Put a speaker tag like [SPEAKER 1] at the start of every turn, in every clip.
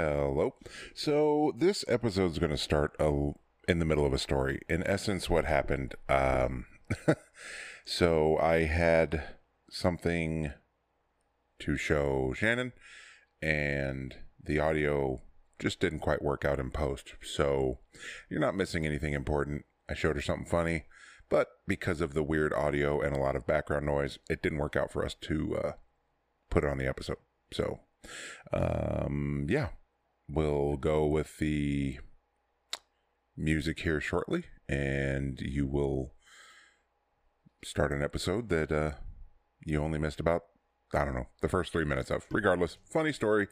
[SPEAKER 1] Hello. So this episode is going to start a, in the middle of a story. In essence, what happened? Um, so I had something to show Shannon, and the audio just didn't quite work out in post. So you're not missing anything important. I showed her something funny, but because of the weird audio and a lot of background noise, it didn't work out for us to uh, put it on the episode. So um, yeah, we'll go with the music here shortly, and you will start an episode that uh, you only missed about, I don't know, the first three minutes of. Regardless, funny story,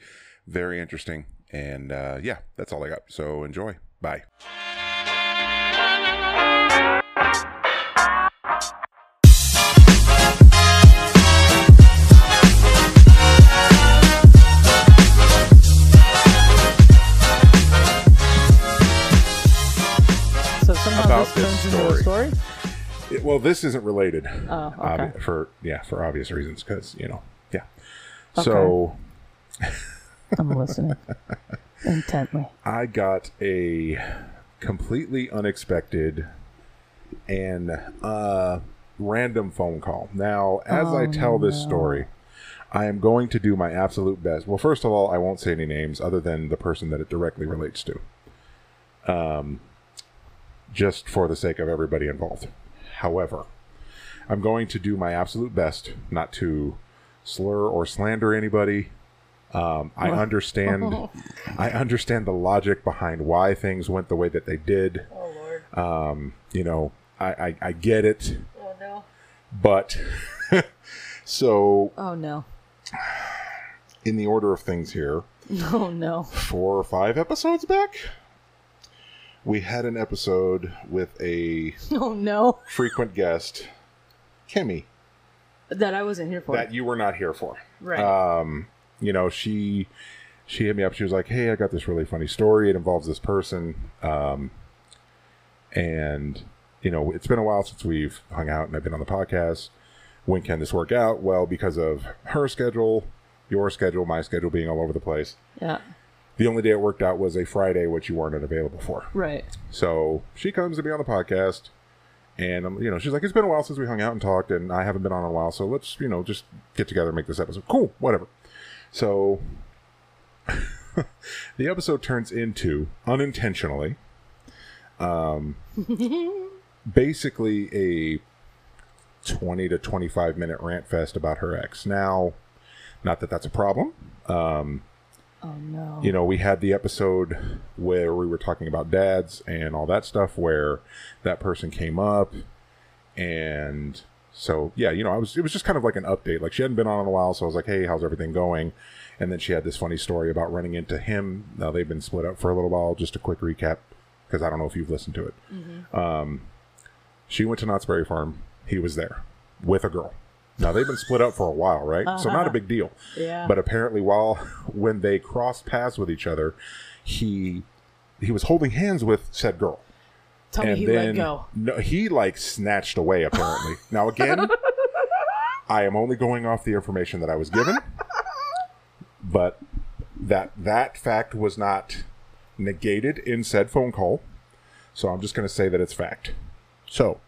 [SPEAKER 1] very interesting, and uh, yeah, that's all I got. So enjoy. Bye.
[SPEAKER 2] So somehow
[SPEAKER 1] About
[SPEAKER 2] this
[SPEAKER 1] this
[SPEAKER 2] turns into a story.
[SPEAKER 1] It- well, this isn't related.
[SPEAKER 2] Oh, okay.
[SPEAKER 1] obvi- for yeah, for obvious reasons, because you know, yeah. So
[SPEAKER 2] I'm listening intently.
[SPEAKER 1] I got a completely unexpected and uh, random phone call. Now, as I tell this story, I am going to do my absolute best. Well, first of all, I won't say any names other than the person that it directly relates to, um, just for the sake of everybody involved. However, I'm going to do my absolute best not to slur or slander anybody. Um, I understand. I understand the logic behind why things went the way that they did.
[SPEAKER 2] Oh lord!
[SPEAKER 1] Um, you know, I, I, I get it,
[SPEAKER 2] Oh no!
[SPEAKER 1] but so
[SPEAKER 2] Oh no!
[SPEAKER 1] in the order of things here,
[SPEAKER 2] Oh no!
[SPEAKER 1] four or five episodes back, we had an episode with a
[SPEAKER 2] Oh no!
[SPEAKER 1] frequent guest, Kimmy,
[SPEAKER 2] That I wasn't here for.
[SPEAKER 1] that you were not here for.
[SPEAKER 2] right.
[SPEAKER 1] um, you know, she she hit me up. She was like, "Hey, I got this really funny story. It involves this person." Um, and you know, it's been a while since we've hung out and I've been on the podcast. When can this work out? Well, because of her schedule, your schedule, my schedule being all over the place.
[SPEAKER 2] yeah.
[SPEAKER 1] The only day it worked out was a Friday, which you weren't available for.
[SPEAKER 2] Right.
[SPEAKER 1] So she comes to be on the podcast, and um, you know she's like, "It's been a while since we hung out and talked, and I haven't been on in a while, so let's you know just get together and make this episode cool, whatever." So the episode turns into unintentionally, um, basically a twenty to twenty-five minute rant fest about her ex. Now, not that that's a problem.
[SPEAKER 2] Oh no!
[SPEAKER 1] You know, we had the episode where we were talking about dads and all that stuff, where that person came up, and so yeah, you know, I was it was just kind of like an update. Like she hadn't been on in a while, so I was like, hey, how's everything going? And then she had this funny story about running into him. Now they've been split up for a little while. Just a quick recap, because I don't know if you've listened to it. Um, she went to Knott's Berry Farm. He was there with a girl. Now they've been split up for a while, right? So not a big deal.
[SPEAKER 2] yeah.
[SPEAKER 1] But apparently, while when they crossed paths with each other, he he was holding hands with said girl,
[SPEAKER 2] Tell me
[SPEAKER 1] and
[SPEAKER 2] he
[SPEAKER 1] then
[SPEAKER 2] let go.
[SPEAKER 1] no, he like snatched away. Apparently, now again, I am only going off the information that I was given, but that that fact was not negated in said phone call. So I'm just going to say that it's fact. So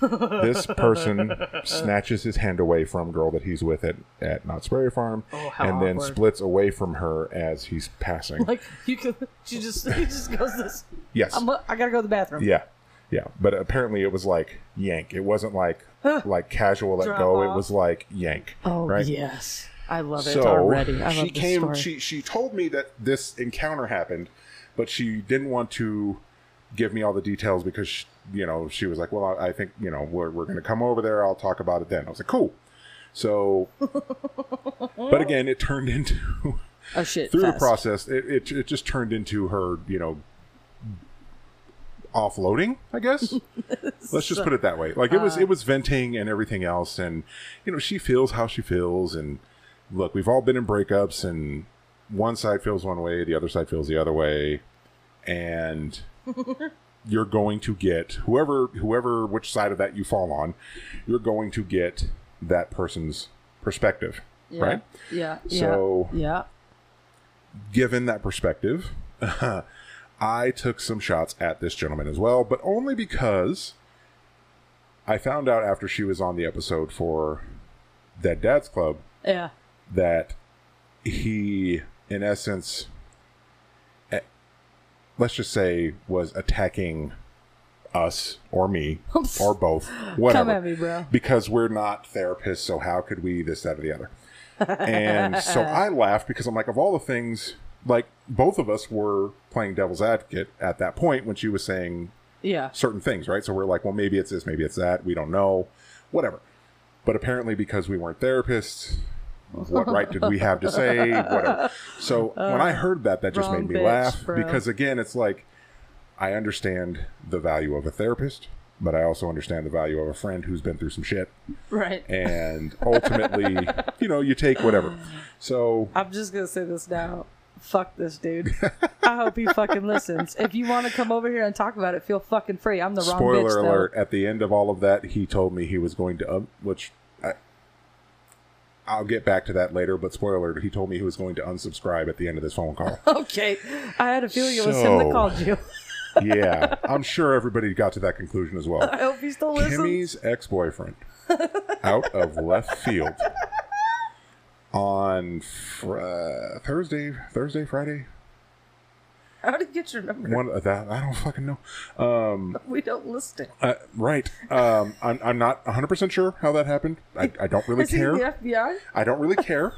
[SPEAKER 1] this person snatches his hand away from girl that he's with at, at Knott's Berry Farm
[SPEAKER 2] Oh, how
[SPEAKER 1] and then
[SPEAKER 2] awkward.
[SPEAKER 1] splits away from her as he's passing.
[SPEAKER 2] Like you can. She just. He just goes this.
[SPEAKER 1] yes.
[SPEAKER 2] I'm. I gotta go to the bathroom.
[SPEAKER 1] yeah. Yeah. But apparently it was like yank. It wasn't like like casual let
[SPEAKER 2] Drop
[SPEAKER 1] go. It
[SPEAKER 2] off.
[SPEAKER 1] was like yank.
[SPEAKER 2] Oh
[SPEAKER 1] right?
[SPEAKER 2] yes. I love it
[SPEAKER 1] so
[SPEAKER 2] already. I love
[SPEAKER 1] she
[SPEAKER 2] this
[SPEAKER 1] came
[SPEAKER 2] story.
[SPEAKER 1] she she told me that this encounter happened, but she didn't want to give me all the details because she, you know, she was like, "Well, I, I think, you know, we're we're going to come over there. I'll talk about it then." I was like, "Cool." So but again, it turned into
[SPEAKER 2] oh shit!
[SPEAKER 1] through the
[SPEAKER 2] fest.
[SPEAKER 1] process, it, it, it just turned into her, you know, offloading. I guess. Let's just put it that way. Like it was, it was venting and everything else, and you know, she feels how she feels, and look, we've all been in breakups, and one side feels one way, the other side feels the other way, and you're going to get whoever, whoever, which side of that you fall on, you're going to get that person's perspective,
[SPEAKER 2] Yeah.
[SPEAKER 1] right?
[SPEAKER 2] Yeah. Yeah.
[SPEAKER 1] So-
[SPEAKER 2] yeah.
[SPEAKER 1] given that perspective, I took some shots at this gentleman as well, but only because I found out after she was on the episode for Dead Dad's Club
[SPEAKER 2] Yeah.
[SPEAKER 1] that he, in essence, eh, let's just say, was attacking us or me
[SPEAKER 2] Oops.
[SPEAKER 1] or both, whatever.
[SPEAKER 2] Come at me, bro.
[SPEAKER 1] Because we're not therapists, so how could we this, that, or the other? And so I laughed because I'm like, of all the things, like both of us were playing devil's advocate at that point when she was saying
[SPEAKER 2] Yeah.
[SPEAKER 1] certain things, right? So we're like, well, maybe it's this, maybe it's that. We don't know, whatever. But apparently, because we weren't therapists, what right did we have to say? Whatever. So when I heard that, that just
[SPEAKER 2] wrong
[SPEAKER 1] made me
[SPEAKER 2] bitch,
[SPEAKER 1] laugh
[SPEAKER 2] bro.
[SPEAKER 1] because again, it's like I understand the value of a therapist, but I also understand the value of a friend who's been through some shit,
[SPEAKER 2] Right.
[SPEAKER 1] and ultimately, you know, you take whatever. So
[SPEAKER 2] I'm just gonna say this now. Fuck this dude. I hope he fucking listens. If you want to come over here and talk about it, feel fucking free. I'm the wrong
[SPEAKER 1] spoiler
[SPEAKER 2] bitch, though.
[SPEAKER 1] alert at the end of all of that he told me he was going to un- which I, i'll get back to that later but spoiler alert he told me he was going to unsubscribe at the end of this phone call
[SPEAKER 2] Okay, I had a feeling it was him that
[SPEAKER 1] So-
[SPEAKER 2] called you.
[SPEAKER 1] yeah i'm sure everybody got to that conclusion as well
[SPEAKER 2] I hope he still listens.
[SPEAKER 1] Kimmy's ex boyfriend out of left field on fr- uh, Thursday, Thursday, Friday.
[SPEAKER 2] How did you get your number?
[SPEAKER 1] One of that I don't fucking know.
[SPEAKER 2] We don't list it.
[SPEAKER 1] Uh, right. Um, I'm, I'm not 100% sure how that happened. I, I don't really
[SPEAKER 2] Is he
[SPEAKER 1] care.
[SPEAKER 2] the FBI?
[SPEAKER 1] I don't really care.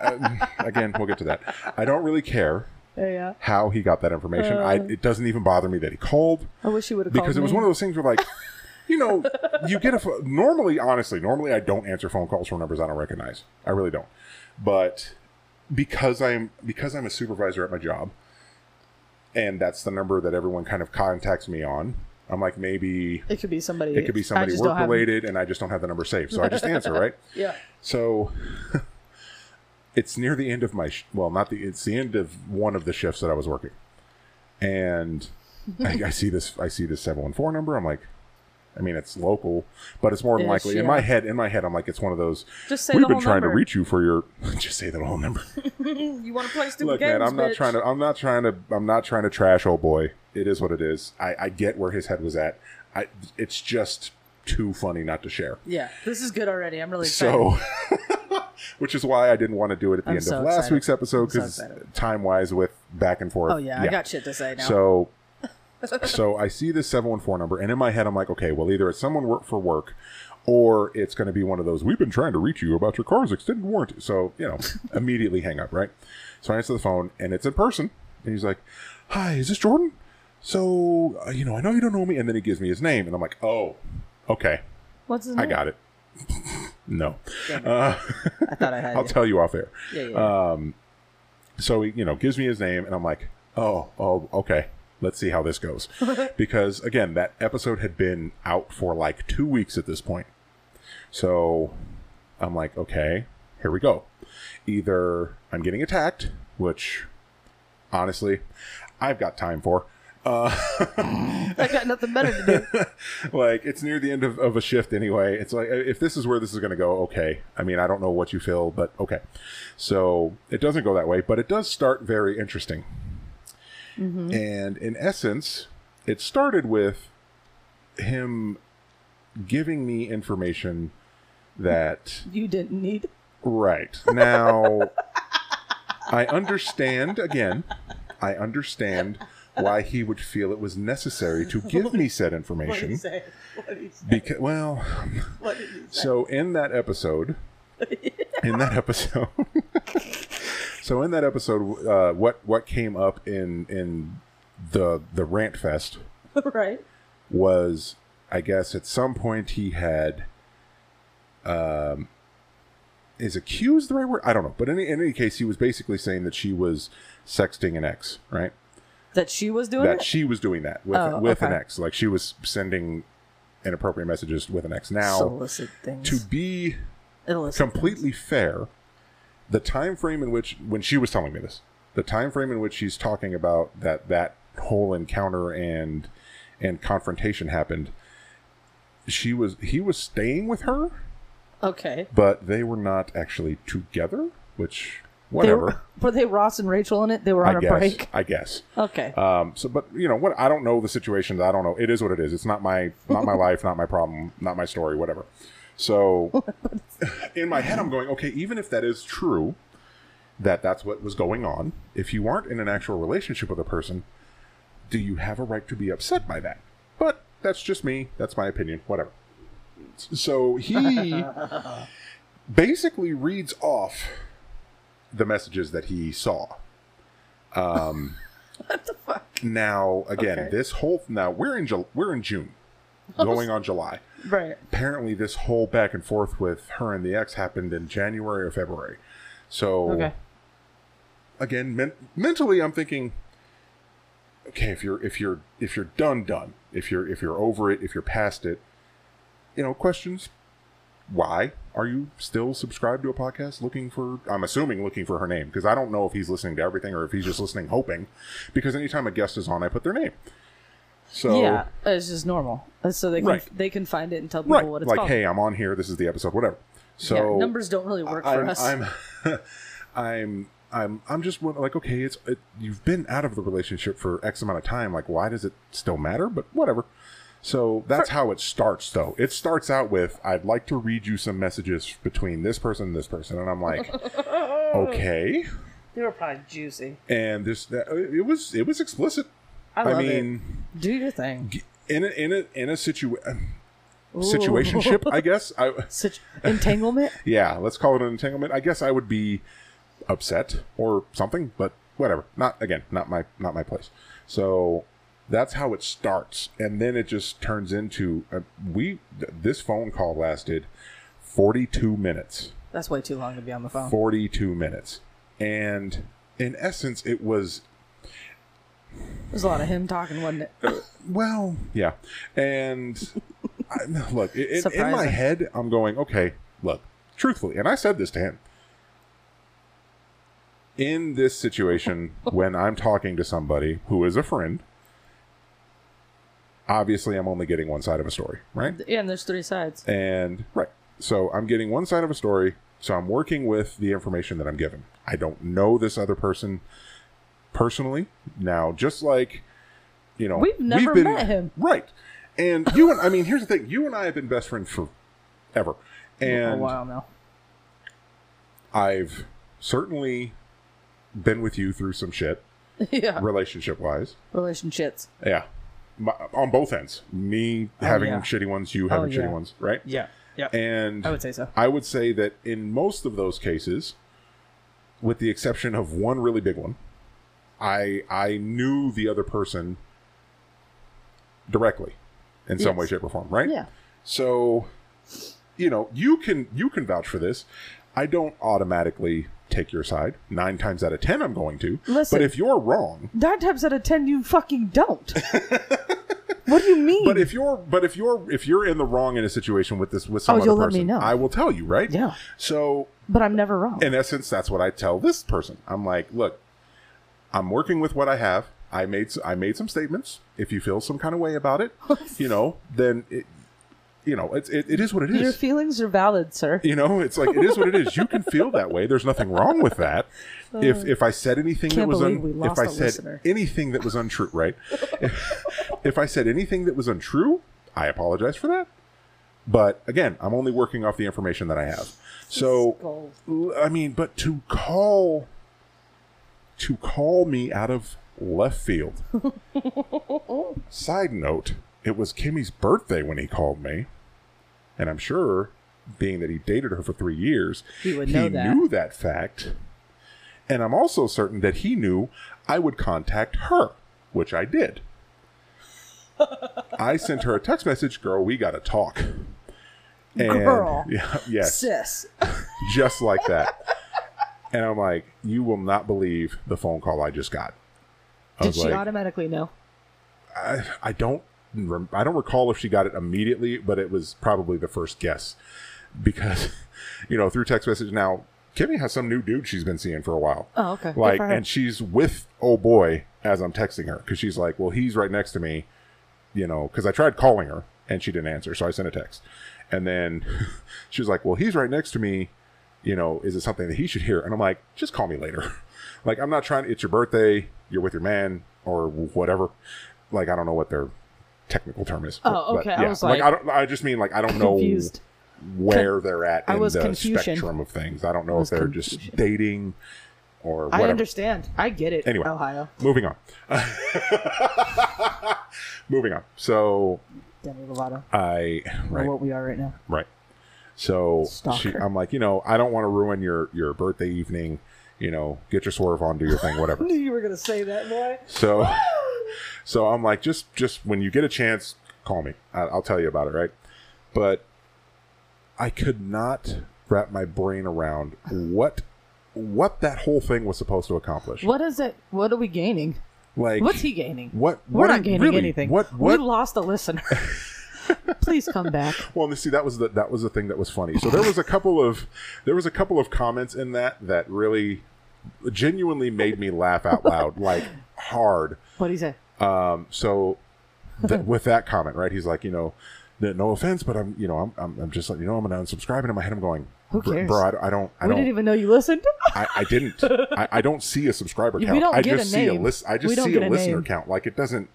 [SPEAKER 1] um, again, we'll get to that. I don't really care
[SPEAKER 2] Yeah, yeah.
[SPEAKER 1] how he got that information. I, it doesn't even bother me that he called
[SPEAKER 2] I wish he would have Uh. called
[SPEAKER 1] because it was
[SPEAKER 2] me.
[SPEAKER 1] one of those things where, like, you know, you get a pho- normally, honestly, normally I don't answer phone calls from numbers I don't recognize. I really don't. But because I'm because I'm a supervisor at my job, and that's the number that everyone kind of contacts me on. I'm like maybe
[SPEAKER 2] It could be somebody.
[SPEAKER 1] it could be somebody
[SPEAKER 2] I just don't
[SPEAKER 1] work
[SPEAKER 2] have-
[SPEAKER 1] related, and I just don't have the number saved, so I just answer right.
[SPEAKER 2] Yeah.
[SPEAKER 1] So it's near the end of my sh- well, not the it's the end of one of the shifts that I was working, and I, I see this I see this seven one four number. I'm like, I mean it's local, but it's more than
[SPEAKER 2] Ish,
[SPEAKER 1] likely in
[SPEAKER 2] yeah.
[SPEAKER 1] my head. In my head, I'm like it's one of those.
[SPEAKER 2] Just say
[SPEAKER 1] We've
[SPEAKER 2] the
[SPEAKER 1] been
[SPEAKER 2] whole
[SPEAKER 1] trying to
[SPEAKER 2] number." Mm,
[SPEAKER 1] reach you for your. Just say the whole number.
[SPEAKER 2] You want to play stupid
[SPEAKER 1] Look,
[SPEAKER 2] games,
[SPEAKER 1] man, I'm not
[SPEAKER 2] bitch.
[SPEAKER 1] trying to. I'm not trying to. I'm not trying to trash old boy. It is what it is. I, I get where his head was at. I. It's just too funny not to share.
[SPEAKER 2] Yeah, this is good already. I'm really excited.
[SPEAKER 1] So, which is why I didn't want to do it at the
[SPEAKER 2] I'm
[SPEAKER 1] end
[SPEAKER 2] so
[SPEAKER 1] of last
[SPEAKER 2] excited.
[SPEAKER 1] week's episode
[SPEAKER 2] I'm so
[SPEAKER 1] because
[SPEAKER 2] excited.
[SPEAKER 1] time wise with back and forth.
[SPEAKER 2] oh yeah, I got shit to say now.
[SPEAKER 1] So, so I see this 714 number, and in my head, I'm like, okay, well, either it's someone work for work. Or it's going to be one of those, we've been trying to reach you about your car's extended warranty. So, you know, immediately hang up, right? So I answer the phone and it's in person. And he's like, Hi, is this Jordan? So, uh, you know, I know you don't know me. And then he gives me his name. And I'm like, Oh, okay.
[SPEAKER 2] What's his
[SPEAKER 1] I
[SPEAKER 2] name?
[SPEAKER 1] got it. no. Uh,
[SPEAKER 2] I thought I had.
[SPEAKER 1] I'll uh,
[SPEAKER 2] it.
[SPEAKER 1] tell you off air.
[SPEAKER 2] yeah, yeah.
[SPEAKER 1] So he, you know, gives me his name, and I'm like, oh, oh, okay. Let's see how this goes, because again, that episode had been out for like two weeks at this point. So I'm like, okay, here we go. Either I'm getting attacked, which honestly, I've got time for. Uh,
[SPEAKER 2] I got nothing better to do.
[SPEAKER 1] like it's near the end of, of a shift anyway it's like if this is where this is going to go okay i mean i don't know what you feel but okay so it doesn't go that way but it does start very interesting and in essence it started with him giving me information that
[SPEAKER 2] You didn't need.
[SPEAKER 1] Right. Now, I understand, again, I understand why he would feel it was necessary to give me said
[SPEAKER 2] What did he
[SPEAKER 1] information.
[SPEAKER 2] say? What did he say?
[SPEAKER 1] Because, well,
[SPEAKER 2] What did he say?
[SPEAKER 1] so in that episode, in that episode, so in that episode, uh, what what came up in in the the rant fest
[SPEAKER 2] right.
[SPEAKER 1] was I guess at some point he had um is accused the right word? I don't know. But in any, in any case, he was basically saying that she was sexting an ex, right?
[SPEAKER 2] That she was doing
[SPEAKER 1] That
[SPEAKER 2] it.
[SPEAKER 1] she was doing that with
[SPEAKER 2] Oh,
[SPEAKER 1] with an
[SPEAKER 2] okay.
[SPEAKER 1] ex. Like she was sending inappropriate messages with an ex. Now
[SPEAKER 2] Solicit things.
[SPEAKER 1] to be
[SPEAKER 2] Illicit
[SPEAKER 1] completely fair, the time frame in which when she was telling me this, the time frame in which she's talking about that that whole encounter and and confrontation happened, she was he was staying with her,
[SPEAKER 2] Okay.
[SPEAKER 1] but they were not actually together, which Whatever.
[SPEAKER 2] Were they Ross and Rachel in it? They were on
[SPEAKER 1] I
[SPEAKER 2] a
[SPEAKER 1] guess.
[SPEAKER 2] break.
[SPEAKER 1] I guess.
[SPEAKER 2] Okay.
[SPEAKER 1] Um, so, but you know what? I don't know the situations. I don't know. It is what it is. It's not my not my life, not my problem, not my story, whatever. So, in my head, I'm going, okay. Even if that is true, that that's what was going on. If you aren't in an actual relationship with a person, do you have a right to be upset by that? But that's just me. That's my opinion. Whatever. So he basically reads off the messages that he saw.
[SPEAKER 2] what the fuck?
[SPEAKER 1] Now, again,
[SPEAKER 2] Okay. Oh.
[SPEAKER 1] this whole now we're in Ju- we're in June, going on July.
[SPEAKER 2] Right.
[SPEAKER 1] Apparently, this whole back and forth with her and the ex happened in January or February. So
[SPEAKER 2] Okay.
[SPEAKER 1] again, men- mentally, I'm thinking, okay, if you're if you're if you're done, done. If you're if you're over it, if you're past it, you know, questions. Why are you still subscribed to a podcast looking for? I'm assuming looking for her name because I don't know if he's listening to everything or if he's just listening hoping. Because anytime a guest is on, I put their name. So
[SPEAKER 2] yeah, it's just normal. Uh, So they can
[SPEAKER 1] Right.
[SPEAKER 2] they can find it and tell people
[SPEAKER 1] right,
[SPEAKER 2] what it's
[SPEAKER 1] like
[SPEAKER 2] called.
[SPEAKER 1] hey, I'm on here. This is the episode. Whatever. So
[SPEAKER 2] yeah, numbers don't really work for
[SPEAKER 1] I'm,
[SPEAKER 2] us.
[SPEAKER 1] I'm, I'm, I'm, I'm just wonder- like, okay, it's it, you've been out of the relationship for X amount of time. Like, why does it still matter? But whatever. So that's how it starts, though. It starts out with, "I'd like to read you some messages between this person and this person," and I'm like, "Okay."
[SPEAKER 2] they were probably juicy.
[SPEAKER 1] And this, that, it was, it was explicit.
[SPEAKER 2] I love
[SPEAKER 1] mean,
[SPEAKER 2] it. Do your thing.
[SPEAKER 1] in a, in a in a situ
[SPEAKER 2] Ooh.
[SPEAKER 1] situationship, I guess. I
[SPEAKER 2] Such entanglement.
[SPEAKER 1] yeah, let's call it an entanglement. I guess I would be upset or something, but whatever. Not again, not my not my place. So that's how it starts, and then it just turns into uh, we. Th- this phone call lasted forty two minutes.
[SPEAKER 2] That's way too long to be on the phone.
[SPEAKER 1] 42 minutes. And in essence, it was
[SPEAKER 2] There's a lot of him talking, wasn't it?
[SPEAKER 1] Well, yeah, and I, no, look in- in, in my
[SPEAKER 2] Surprising.
[SPEAKER 1] head, I'm going, okay, look, truthfully, and I said this to him. In this situation, when I'm talking to somebody who is a friend, obviously I'm only getting one side of a story, right?
[SPEAKER 2] yeah, and there's three sides.
[SPEAKER 1] And right, so I'm getting one side of a story, so I'm working with the information that I'm given. I don't know this other person personally. Now, just like you know,
[SPEAKER 2] We've never met him.
[SPEAKER 1] right? And you and I mean, here's the thing: you and I have been best friends forever,
[SPEAKER 2] a
[SPEAKER 1] and
[SPEAKER 2] while now.
[SPEAKER 1] I've certainly been with you through some shit,
[SPEAKER 2] yeah.
[SPEAKER 1] relationship wise.
[SPEAKER 2] Relationships.
[SPEAKER 1] Yeah, My, on both ends, me having
[SPEAKER 2] Oh, yeah. Oh,
[SPEAKER 1] shitty ones, you having
[SPEAKER 2] yeah.
[SPEAKER 1] shitty ones, right?
[SPEAKER 2] Yeah. Yeah.
[SPEAKER 1] And
[SPEAKER 2] I would say so.
[SPEAKER 1] I would say that in most of those cases, with the exception of one really big one, I I knew the other person directly in some
[SPEAKER 2] Yes.
[SPEAKER 1] way, shape, or form, right?
[SPEAKER 2] Yeah.
[SPEAKER 1] So you know, you can you can vouch for this. I don't automatically take your side. Nine times out of ten I'm going to.
[SPEAKER 2] Listen.
[SPEAKER 1] But if you're wrong
[SPEAKER 2] Nine times out of ten, you fucking don't. what do you mean?
[SPEAKER 1] but if you're but if you're if you're in the wrong in a situation with this with some
[SPEAKER 2] Oh,
[SPEAKER 1] other
[SPEAKER 2] you'll let me
[SPEAKER 1] person,
[SPEAKER 2] know.
[SPEAKER 1] I will tell you, right?
[SPEAKER 2] Yeah.
[SPEAKER 1] So
[SPEAKER 2] but I'm never wrong.
[SPEAKER 1] in essence, that's what I tell this person. I'm like, look, I'm working with what I have. I made s- I made some statements. If you feel some kind of way about it, you know, then it, you know, it's it, it is what it
[SPEAKER 2] Your
[SPEAKER 1] is.
[SPEAKER 2] feelings are valid, sir.
[SPEAKER 1] You know, it's like it is what it is. You can feel that way. There's nothing wrong with that. If if I said anything that
[SPEAKER 2] Can't
[SPEAKER 1] was
[SPEAKER 2] believe we
[SPEAKER 1] un- if
[SPEAKER 2] lost
[SPEAKER 1] I
[SPEAKER 2] a
[SPEAKER 1] said
[SPEAKER 2] listener.
[SPEAKER 1] anything that was untrue, right? if, if I said anything that was untrue, I apologize for that. But again, I'm only working off the information that I have. So
[SPEAKER 2] Gold.
[SPEAKER 1] L- I mean, but to call to call me out of left field. Side note, it was Kimmy's birthday when he called me, and I'm sure being that he dated her for 3 years,
[SPEAKER 2] He would know that.
[SPEAKER 1] knew that fact. And I'm also certain that he knew I would contact her, which I did. I sent her a text message, girl, we got to talk. And
[SPEAKER 2] Girl.
[SPEAKER 1] Yeah, yes
[SPEAKER 2] Sis.
[SPEAKER 1] just like that. and I'm like, you will not believe the phone call I just got. I
[SPEAKER 2] Did
[SPEAKER 1] was
[SPEAKER 2] she
[SPEAKER 1] like,
[SPEAKER 2] automatically know?
[SPEAKER 1] I, I don't, rem- I don't recall if she got it immediately, but it was probably the first guess because, you know, through text message now, Kimmy has some new dude she's been seeing for a while.
[SPEAKER 2] Oh, okay. Good
[SPEAKER 1] Like,
[SPEAKER 2] for her.
[SPEAKER 1] and she's with oh boy as I'm texting her because she's like, well, he's right next to me, you know, because I tried calling her and she didn't answer, so I sent a text, and then she was like, well, he's right next to me, you know, is it something that he should hear? And I'm like, just call me later. like, I'm not trying. It's your birthday. You're with your man or whatever. Like, I don't know what their technical term is.
[SPEAKER 3] Oh, okay. I was like-
[SPEAKER 1] I don't. I just mean like I don't know
[SPEAKER 3] Confused.
[SPEAKER 1] where they're at
[SPEAKER 2] I
[SPEAKER 1] in
[SPEAKER 2] was
[SPEAKER 1] the
[SPEAKER 2] confusion.
[SPEAKER 1] spectrum of things. I don't know if
[SPEAKER 2] was
[SPEAKER 1] they're just
[SPEAKER 2] confusion.
[SPEAKER 1] dating or
[SPEAKER 3] I
[SPEAKER 1] whatever.
[SPEAKER 3] understand. I get it.
[SPEAKER 1] Anyway.
[SPEAKER 3] Ohio.
[SPEAKER 1] Moving on. Moving on. So
[SPEAKER 3] Demi Lovato.
[SPEAKER 1] I
[SPEAKER 3] Or
[SPEAKER 1] right
[SPEAKER 3] What we are right now.
[SPEAKER 1] right. So she,
[SPEAKER 2] Stalker.
[SPEAKER 1] I'm like, you know, I don't want to ruin your your birthday evening. You know, get your swerve on, do your thing, whatever.
[SPEAKER 3] knew you were gonna say that, boy.
[SPEAKER 1] So, so I'm like, just just when you get a chance, call me. I, I'll tell you about it, right? But I could not wrap my brain around what what that whole thing was supposed to accomplish.
[SPEAKER 2] What is it? What are we gaining?
[SPEAKER 1] Like,
[SPEAKER 2] What's he gaining?
[SPEAKER 1] what?
[SPEAKER 2] We're
[SPEAKER 1] what-
[SPEAKER 2] not gaining
[SPEAKER 1] really,
[SPEAKER 2] anything.
[SPEAKER 1] What? What?
[SPEAKER 2] We lost a listener. Please come back.
[SPEAKER 1] Well, and see, that was the that was the thing that was funny. So there was a couple of there was a couple of comments in that that really genuinely made me laugh out loud, like hard.
[SPEAKER 2] What do you say?
[SPEAKER 1] Um, so th- with that comment, right? He's like, you know, that no offense, but I'm, you know, I'm, I'm, I'm just letting you know I'm gonna unsubscribe. And in my head, I'm going,
[SPEAKER 2] Who
[SPEAKER 1] "Bro-
[SPEAKER 2] cares?
[SPEAKER 1] bro? I, don't- I don't, I
[SPEAKER 2] we
[SPEAKER 1] don't,
[SPEAKER 2] didn't even know you listened.
[SPEAKER 1] I, I didn't, I, I don't see a subscriber
[SPEAKER 2] We
[SPEAKER 1] count.
[SPEAKER 2] don't
[SPEAKER 1] I
[SPEAKER 2] get
[SPEAKER 1] just
[SPEAKER 2] a
[SPEAKER 1] see a
[SPEAKER 2] name.
[SPEAKER 1] list. I
[SPEAKER 2] We
[SPEAKER 1] just
[SPEAKER 2] don't
[SPEAKER 1] see
[SPEAKER 2] get
[SPEAKER 1] a
[SPEAKER 2] a
[SPEAKER 1] listener
[SPEAKER 2] name.
[SPEAKER 1] count. Like it doesn't.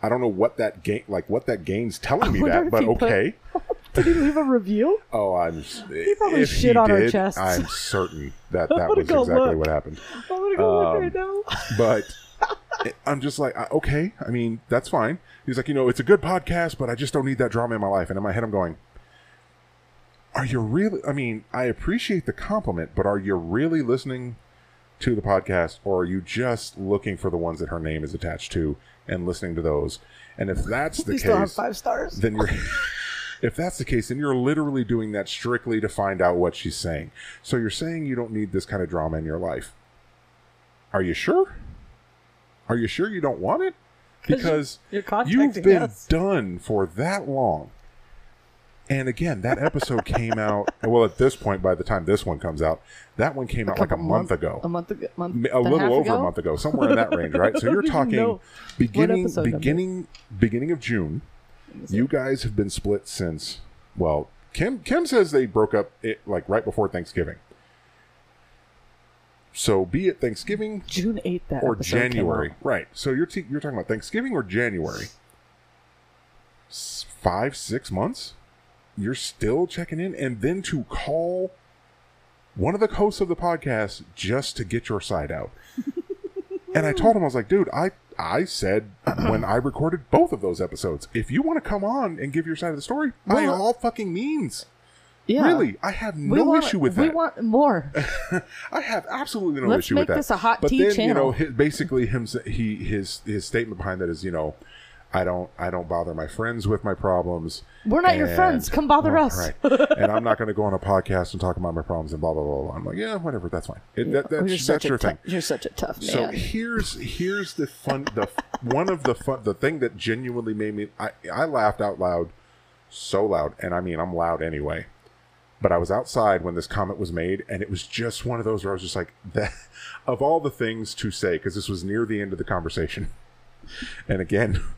[SPEAKER 1] I don't know what that gain, like what that gain's telling me
[SPEAKER 2] wonder
[SPEAKER 1] that,
[SPEAKER 2] if
[SPEAKER 1] but
[SPEAKER 2] he put-
[SPEAKER 1] okay.
[SPEAKER 2] Did he leave a review?
[SPEAKER 1] Oh, I'm. s-
[SPEAKER 2] probably
[SPEAKER 1] if
[SPEAKER 2] shit
[SPEAKER 1] he
[SPEAKER 2] on our
[SPEAKER 1] did,
[SPEAKER 2] chests.
[SPEAKER 1] I'm certain that that
[SPEAKER 2] I'm gonna
[SPEAKER 1] was
[SPEAKER 2] go
[SPEAKER 1] exactly
[SPEAKER 2] look.
[SPEAKER 1] what happened.
[SPEAKER 2] I'm gonna go
[SPEAKER 1] Um,
[SPEAKER 2] look right now.
[SPEAKER 1] But it- I'm just like, I- okay. I mean, that's fine. He's like, you know, it's a good podcast, but I just don't need that drama in my life. And in my head, I'm going, are you really? I mean, I appreciate the compliment, but are you really listening to the podcast, or are you just looking for the ones that her name is attached to and listening to those? And if that's the
[SPEAKER 2] We
[SPEAKER 1] case,
[SPEAKER 2] still have five stars.
[SPEAKER 1] then you're if that's the case then you're literally doing that strictly to find out what she's saying so you're saying you don't need this kind of drama in your life are you sure are you sure you don't want it because
[SPEAKER 3] You're contacting
[SPEAKER 1] you've been
[SPEAKER 3] us.
[SPEAKER 1] done for that long and again that episode came out well at this point by the time this one comes out that one came out like a
[SPEAKER 2] couple
[SPEAKER 1] month,
[SPEAKER 2] month-
[SPEAKER 1] ago
[SPEAKER 2] A month ago. Month,
[SPEAKER 1] Ma- a
[SPEAKER 2] and half
[SPEAKER 1] little over
[SPEAKER 2] ago?
[SPEAKER 1] a month ago, somewhere in that range, right? So you're
[SPEAKER 2] I don't even
[SPEAKER 1] talking
[SPEAKER 2] know
[SPEAKER 1] beginning
[SPEAKER 2] episode number.
[SPEAKER 1] beginning beginning of June. You guys have been split since well, Kim Kim says they broke up it like right before Thanksgiving. So be it Thanksgiving
[SPEAKER 2] June 8th that
[SPEAKER 1] or
[SPEAKER 2] episode came
[SPEAKER 1] January,
[SPEAKER 2] out.
[SPEAKER 1] right? So you're t- you're talking about Thanksgiving or January. S- 5 6 months? You're still checking in and then to call one of the hosts of the podcast just to get your side out. and I told him I was like, dude, I I said when I recorded both of those episodes, if you want to come on and give your side of the story, by
[SPEAKER 2] Well-
[SPEAKER 1] all fucking means.
[SPEAKER 2] Yeah.
[SPEAKER 1] Really, I have
[SPEAKER 2] We
[SPEAKER 1] no
[SPEAKER 2] want-
[SPEAKER 1] issue with
[SPEAKER 2] we
[SPEAKER 1] that.
[SPEAKER 2] want more.
[SPEAKER 1] I have absolutely no
[SPEAKER 2] Let's
[SPEAKER 1] issue with
[SPEAKER 2] make
[SPEAKER 1] that.
[SPEAKER 2] this a hot
[SPEAKER 1] but
[SPEAKER 2] tea
[SPEAKER 1] then, You
[SPEAKER 2] channel.
[SPEAKER 1] know, hi- basically, him s- he his his statement behind that is, you know, I don't I don't bother my friends with my problems.
[SPEAKER 2] We're not your
[SPEAKER 1] and-
[SPEAKER 2] friends. Come bother
[SPEAKER 1] Right,
[SPEAKER 2] us.
[SPEAKER 1] Right. and I'm not going to go on a podcast and talk about my problems and blah blah blah. blah. I'm like, yeah, whatever, that's fine. It, that,
[SPEAKER 2] Oh,
[SPEAKER 1] that's
[SPEAKER 2] you're
[SPEAKER 1] that's
[SPEAKER 2] such a
[SPEAKER 1] your
[SPEAKER 2] tou-
[SPEAKER 1] thing.
[SPEAKER 2] You're such a tough man.
[SPEAKER 1] So here's here's the fun the f- one of the fun the thing that genuinely made me I I laughed out loud so loud and I mean I'm loud anyway. But I was outside when this comment was made and it was just one of those where I was just like that of all the things to say because this was near the end of the conversation. And again